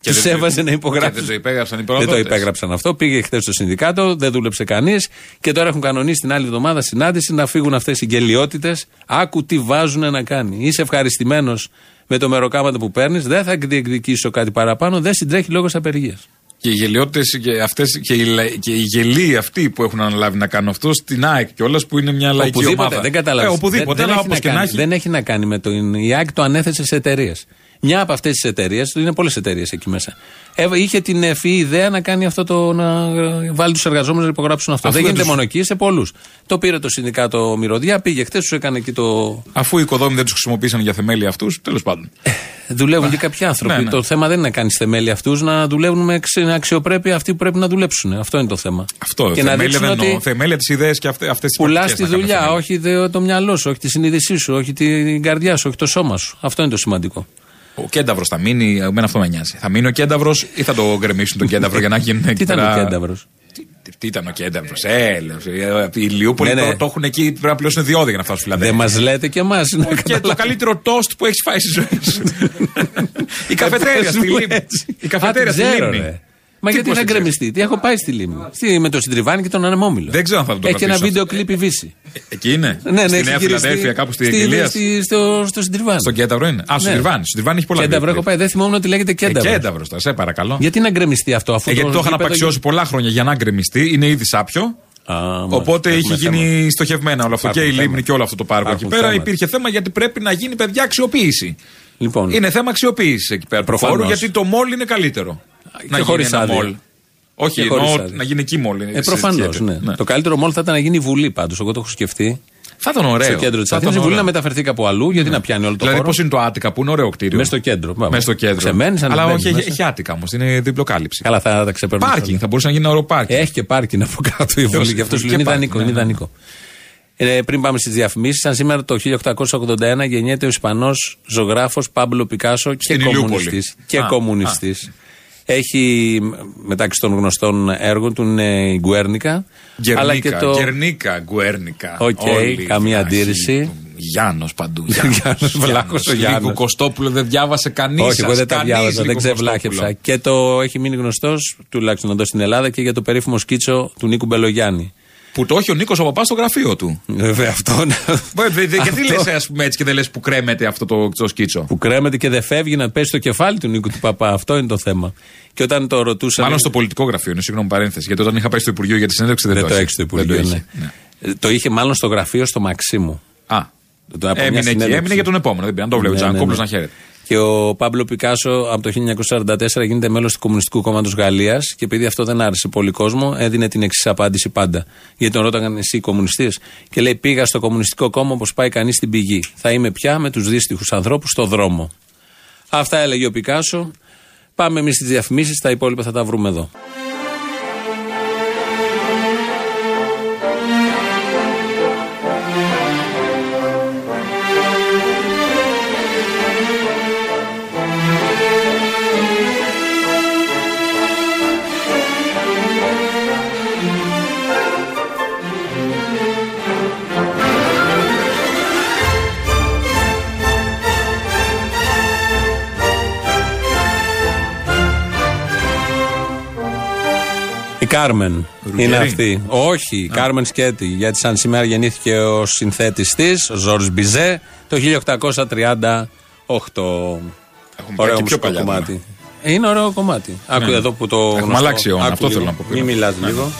Και Του δεν το- έβαζε να και υπογράψουν. δεν το υπέγραψαν οι Δεν το προδότες. υπέγραψαν αυτό. Πήγε χθες στο συνδικάτο, δεν δούλεψε κανείς και τώρα έχουν κανονίσει την άλλη εβδομάδα συνάντηση να φύγουν αυτές οι γελιότητες. Άκου τι βάζουν να κάνει. Είσαι ευχαριστημένος με το μεροκάματο που παίρνεις, δεν θα διεκδικήσω κάτι παραπάνω, δεν συντρέχει λόγος απεργίας. Και οι γελιότητες και, αυτές, και, οι, λα- και οι γελοί αυτοί που έχουν αναλάβει να κάνουν αυτό στην ΑΕΚ κιόλας που είναι μια λαϊκή ομάδα. Δεν καταλαβαίνω. Ε, οπουδήποτε, δεν, αλλά έχει όπω και να κάνει, έχει. δεν έχει να κάνει με το. Η ΑΕΚ το ανέθεσε σε εταιρείες. Μια από αυτές τις εταιρείες, είναι πολλές εταιρείες εκεί μέσα, ε, είχε την ευφυή ιδέα να κάνει αυτό το. να ε, βάλει τους εργαζόμενους να υπογράψουν αυτό. Αφού δεν δεν γίνεται τους- μόνο εκεί, σε πολλούς. Το πήρε το συνδικάτο Μυρωδιά, πήγε χθες, τους έκανε εκεί το. Αφού οι οικοδόμοι δεν τους χρησιμοποίησαν για θεμέλια αυτούς, τέλος πάντων. Δουλεύουν και κάποιοι άνθρωποι. ναι, ναι. Το θέμα δεν είναι να κάνεις θεμέλια αυτούς, να δουλεύουν με αξι- αξιοπρέπεια αυτοί που πρέπει να δουλέψουν. Αυτό είναι το θέμα. Αυτό. Και να θεμέλια δείξουν δεν εννοώ. ότι- Θεμέλια τη ιδέα και αυτέ τις Πουλάς τη δουλειά, όχι δε- το μυαλό σου, όχι τη συνείδησή σου, όχι την καρδιά σου, όχι το σώμα σου. Αυτό είναι το σημαντικό. Ο κένταβρο θα μείνει, εμένα αυτό με νοιάζει. Θα μείνει ο κένταβρο ή θα το γκρεμίσουν τον κένταβρο για να γίνουν εκεί Τι ήταν πέρα- ο κένταυρος. Τι- Τι ήταν ο κένταβρο. Ε, λέω, ε, οι Λιούπολοι Ναι, ναι. το, το έχουν εκεί, πρέπει να πληρώσουν διόδια για να φτάσουν στη Δεν Φιλανδία. μας λέτε και εμάς. Και το καλύτερο τόστ που έχει φάει στη ζωή σου. Η καφετέρια στη λίμνη. Η καφετέρια στη λίμνη. Μα Τι γιατί πώς θα την γκρεμιστεί, τι έχω πάει στη λίμνη. Στη- με το συντριβάνι και τον ανεμόμυλο. Δεν ξέρω αν θα το Έχει και ένα κρατήσω βίντεο κλειπ η Βύση. Ε, Εκεί είναι. Ναι, ναι, στη έχει Νέα γυριστεί Φιλαδέλφια, κάπου στη στη- Εγγυλία. στη- στο, στο συντριβάνι. Στον Κένταβρο είναι. Α, στον Ναι. Τριβάνι. Στον Τριβάνι έχει πολλά Κένταβρο έχω πάει, δεν θυμόμουν ότι λέγεται κένταβρο. Κένταβρο, τώρα, σε παρακαλώ. Γιατί να γκρεμιστεί αυτό, αφού Ε, γιατί το είχαν γήπεδο- απαξιώσει πολλά χρόνια για να γκρεμιστεί, είναι ήδη σάπιο. Οπότε έχουμε είχε γίνει στοχευμένα όλο αυτό. Και η Υπάρχουν λίμνη θέματα. και όλο αυτό το πάρκο εκεί Υπάρχουν πέρα. θέματα. Υπήρχε θέμα γιατί πρέπει να γίνει παιδιά αξιοποίηση. Λοιπόν, Είναι θέμα αξιοποίησης εκεί πέρα. του Προφανώς. χώρου, γιατί το μόλ είναι καλύτερο. και χωρίς γίνει ένα άδεια. μόλ. Όχι, Και χωρίς εννοώ άδεια. να γίνει εκεί μόλ. Ε, προφανώ. συζητιέται. Ναι. Το καλύτερο μόλ θα ήταν να γίνει η Βουλή πάντως. Εγώ το έχω σκεφτεί. Θα ήταν ωραίο. Στο κέντρο της Θα ήταν Αθήνα. Η Βουλή ωραίο. να μεταφερθεί κάπου αλλού, γιατί να πιάνει όλο το Δηλαδή, χώρο. πώς είναι το Άτικα που είναι ωραίο κτίριο. Μέσα στο κέντρο. πάμε. Μέσα στο κέντρο. Ξεμένεις, Αλλά ανεβαίνεις όχι, έχει- μέσα. έχει Άτικα όμως. Είναι διπλοκάλυψη. Καλά, θα τα ξεπερνάμε. Πάρκινγκ, θα μπορούσε να γίνει ένα ωραίο πάρκινγκ. Έχει και πάρκινγκ από κάτω η Βουλή. Ποιος- Γι' αυτό σου και λέω είναι πάρκινγκ, ιδανικό. ναι, Είναι ναι. ιδανικό. Ε, πριν πάμε στις διαφημίσεις, σαν σήμερα το 1881 γεννιέται ο Ισπανός ζωγράφος Πάμπλο Πικάσο και Στην Ηλιούπολη. κομμουνιστής. Και Α, κομμουνιστής. Έχει μ, μεταξύ των γνωστών έργων του είναι η Γκουέρνικα. Ε, αλλά και Γκερνίκα, το. Γκερνίκα, Γκουέρνικα. Οκ, Όλοι καμία οι αντίρρηση. Γιάννος παντού. Γιάννος, βλάχος ο Γιάννος. Λίγου Κωστόπουλο δεν διάβασε κανείς. Όχι, εγώ δεν τα διάβαζα, δεν ξεβλάχευσα. Και το έχει μείνει γνωστός, τουλάχιστον εδώ στην Ελλάδα, και για το περίφημο σκίτσο του Νίκου Μπελογιάννη. Που το έχει ο Νίκος ο Παπάς στο γραφείο του. Βέβαια, αυτό. Βε- δε- δε- Γιατί ε? λες, ας πούμε, έτσι και δεν λες που κρέμεται αυτό το, το σκίτσο. που κρέμεται και δεν φεύγει να πέσει το κεφάλι του Νίκου του Παπά. Αυτό είναι το θέμα. Και όταν το ρωτούσαν. Μάλλον στο πολιτικό γραφείο είναι, συγγνώμη παρένθεση. Γιατί όταν είχα πάει στο Υπουργείο για τη συνέντευξη δεν, Δεν το έχει. έχεις το Δεν Υπουργείο. είχε. ναι. Ε, Το είχε μάλλον στο γραφείο στο Μαξίμου. Α. Το- από μια Έμεινε εκεί, συνέντευξη. έμεινε για τον επόμενο. Δεν πειράζει, να το βλέπει. Ναι, ναι, Τζανκόπουλο ναι. να χαίρεται. Και ο Παύλο Πικάσο από το 1944 γίνεται μέλος του Κομμουνιστικού Κόμματος Γαλλίας και επειδή αυτό δεν άρεσε πολύ κόσμο, έδινε την εξής απάντηση πάντα. Γιατί τον ρώταγαν εσύ κομμουνιστή και λέει: Πήγα στο Κομμουνιστικό Κόμμα όπως πάει κανείς στην πηγή. Θα είμαι πια με τους δύστιχους ανθρώπους στο δρόμο. Αυτά έλεγε ο Πικάσο. Πάμε εμείς στις διαφημίσεις, τα υπόλοιπα θα τα βρούμε εδώ. Η Κάρμεν είναι αυτή. Όχι, η Κάρμεν Σκέτη. Γιατί σαν σήμερα γεννήθηκε ο συνθέτης της, ο Ζόρι Μπιζέ, το 1838. πάει Ωραίο και πιο μουσικό παλιά, κομμάτι. Ε, Είναι ωραίο κομμάτι. Άκου Ναι. εδώ που το. Έχουμε γνωστό- αλλάξει αιώνα, Άκου αυτό λίγο. θέλω να πω. Μην μιλάς Ναι. λίγο.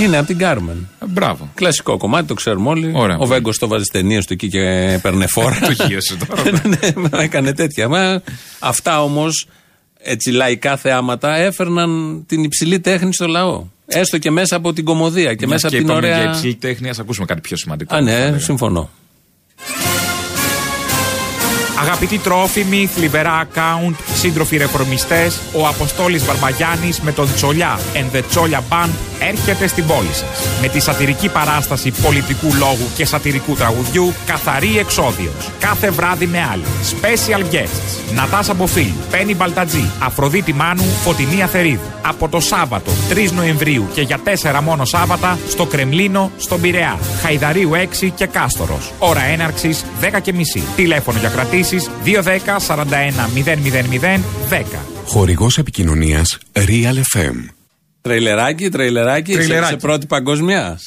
Είναι από την Κάρμεν. Ε, Μπράβο. Κλασικό κομμάτι, το ξέρουμε όλοι. Ωραία. Ο Βέγκος το βάζει ταινίες του εκεί και έπαιρνε φόρα. Το γύρισε τώρα. Ναι, έκανε τέτοια. Μα, αυτά όμως, έτσι λαϊκά θεάματα, έφερναν την υψηλή τέχνη στο λαό. Έστω και μέσα από την κομμωδία και Μιας μέσα από και την είπαμε ωραία. ναι, Για υψηλή τέχνη, ας ακούσουμε κάτι πιο σημαντικό. Α, θα ναι, λέγαμε. συμφωνώ. Αγαπητοί τρόφιμοι, θλιβερά account, σύντροφοι ρεφορμιστές, ο Αποστόλης Βαρβαγιάννη με τον Τσολιά and the Τσόλια Band έρχεται στην πόλη σας. Με τη σατυρική παράσταση πολιτικού λόγου και σατυρικού τραγουδιού Καθαρή Εξόδιος. Κάθε βράδυ με άλλη. Special guests. Νατάσα Μποφίλ, Πένι Μπαλτατζή, Αφροδίτη Μάνου, Φωτεινή Αθερίδου. Από το Σάββατο 3 Νοεμβρίου και για 4 μόνο Σάββατα στο Κρεμλίνο, στον Πειραιά, Χαϊδαρίου 6 και Κάστορος. Ώρα έναρξης 10.30. Τηλέφωνο για κρατήσει 210 41 000 10. Χορηγός επικοινωνίας Real FM. Τρειλεράκι, τρειλεράκι, Τρειλεράκι. σε, σε πρώτη παγκόσμια.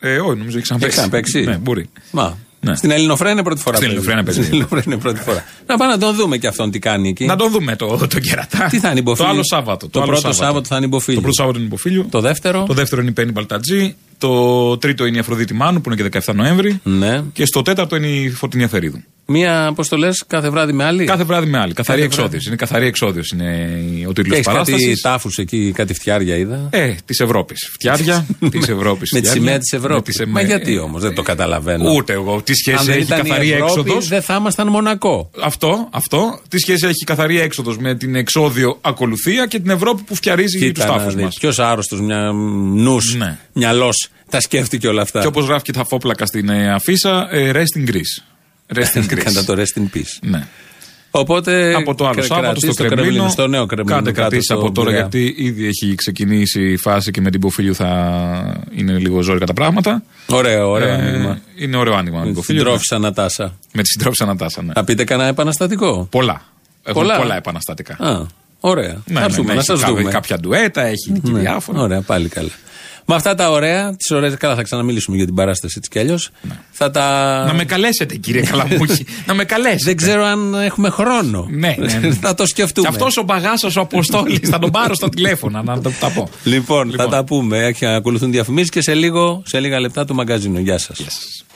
Ε, όχι, νομίζω έχει ξαναπέξει. Έχει ξαναπέξει. Ναι, μπορεί. Μα. Ναι. Στην Ελληνοφρένα είναι πρώτη φορά. Στην Ελληνοφρένα παίζει. Στην Ελληνοφρένα είναι πρώτη φορά. Να πάμε να τον δούμε και αυτόν τι κάνει εκεί. Να τον δούμε το, το κερατά. Τι θα είναι υποφίλιο. Το άλλο Σάββατο. Το, άλλο πρώτο Σάββατο. θα είναι υποφίλιο. Το πρώτο Σάββατο είναι υποφίλιο. Το δεύτερο. Το δεύτερο είναι η Πέννη Μπαλτατζή. Το τρίτο είναι η Αφροδίτη Μάνου που είναι και 17 Νοέμβρη. Ναι. Και στο τέταρτο είναι η Φωτεινή Αθερίδου. Μία, πώς το λες, κάθε βράδυ με άλλη. Κάθε βράδυ με άλλη. Καθαρή Κάθε βράδυ. εξόδιο. Είναι καθαρή εξόδιος. Είναι ο τίτλο Έχει κάτι παράστασης. τάφους εκεί, κάτι φτιάρια είδα. Ε, της Ευρώπης. Φτιάρια της Ευρώπης. Με τη σημαία της Ευρώπη. Μα γιατί όμως, δεν το καταλαβαίνω. Ε, Ούτε εγώ. Τι Αν σχέση δεν έχει η ήταν η καθαρή Ευρώπη, έξοδος. δεν θα ήμασταν Μονακό. Αυτό, αυτό. Τι σχέση έχει η καθαρή έξοδος με την εξόδιο ακολουθία και την Ευρώπη που φτιαρίζει του τάφου μας. Ποιος άρρωστος, δηλαδή, μια νους, Ναι. μυαλός, τα σκέφτηκε όλα αυτά. Και όπως γράφει και τα φόπλακα στην ε, αφίσα, ε, rest in Greece. Rest in Greece. Κατά το rest in peace. Ναι. Οπότε. από το άλλο Ε, κρα- Σάββατο κρατήστε στο το Κρεμλίνο. στο νέο Κρεμλίνο. Κάντε κάτω κρατήσει στο από τώρα, Πειραιά. γιατί ήδη έχει ξεκινήσει η φάση και με την Ποφίλιου θα είναι λίγο ζόρικα τα πράγματα. Ωραίο, ωραίο Ε, άνοιγμα. Είναι ωραίο άνοιγμα. με την Ποφίλιου. Συντρόφισσα Νατάσα. Με τη συντρόφισσα Ανατάσα, ναι. Θα πείτε κανένα επαναστατικό. Πολλά. Έχουν Πολλά. πολλά, επαναστατικά. Α, ωραία. Ναι, θα ναι, έρθουμε ναι, να έχει σας κά- δούμε. Κάποια ντουέτα, έχει και Ναι, διάφορα. Ωραία, πάλι καλά. Με αυτά τα ωραία, τις ωραίες. Καλά, θα ξαναμιλήσουμε για την παράσταση έτσι κι αλλιώς. Θα τα. Ναι. Να με καλέσετε, Ναι. κύριε Καλαμούχη. να με καλέσετε. Δεν ξέρω αν έχουμε χρόνο. Ναι, ναι, ναι. θα το σκεφτούμε. Και αυτός ο μπαγάσο ο Αποστόλης θα τον πάρω στα τηλέφωνα να το τα πω. Λοιπόν. Λοιπόν, θα τα πούμε. Έχει- Ακολουθούν διαφημίσεις και σε λίγο, σε λίγα λεπτά το μαγκαζίνο. Γεια σας.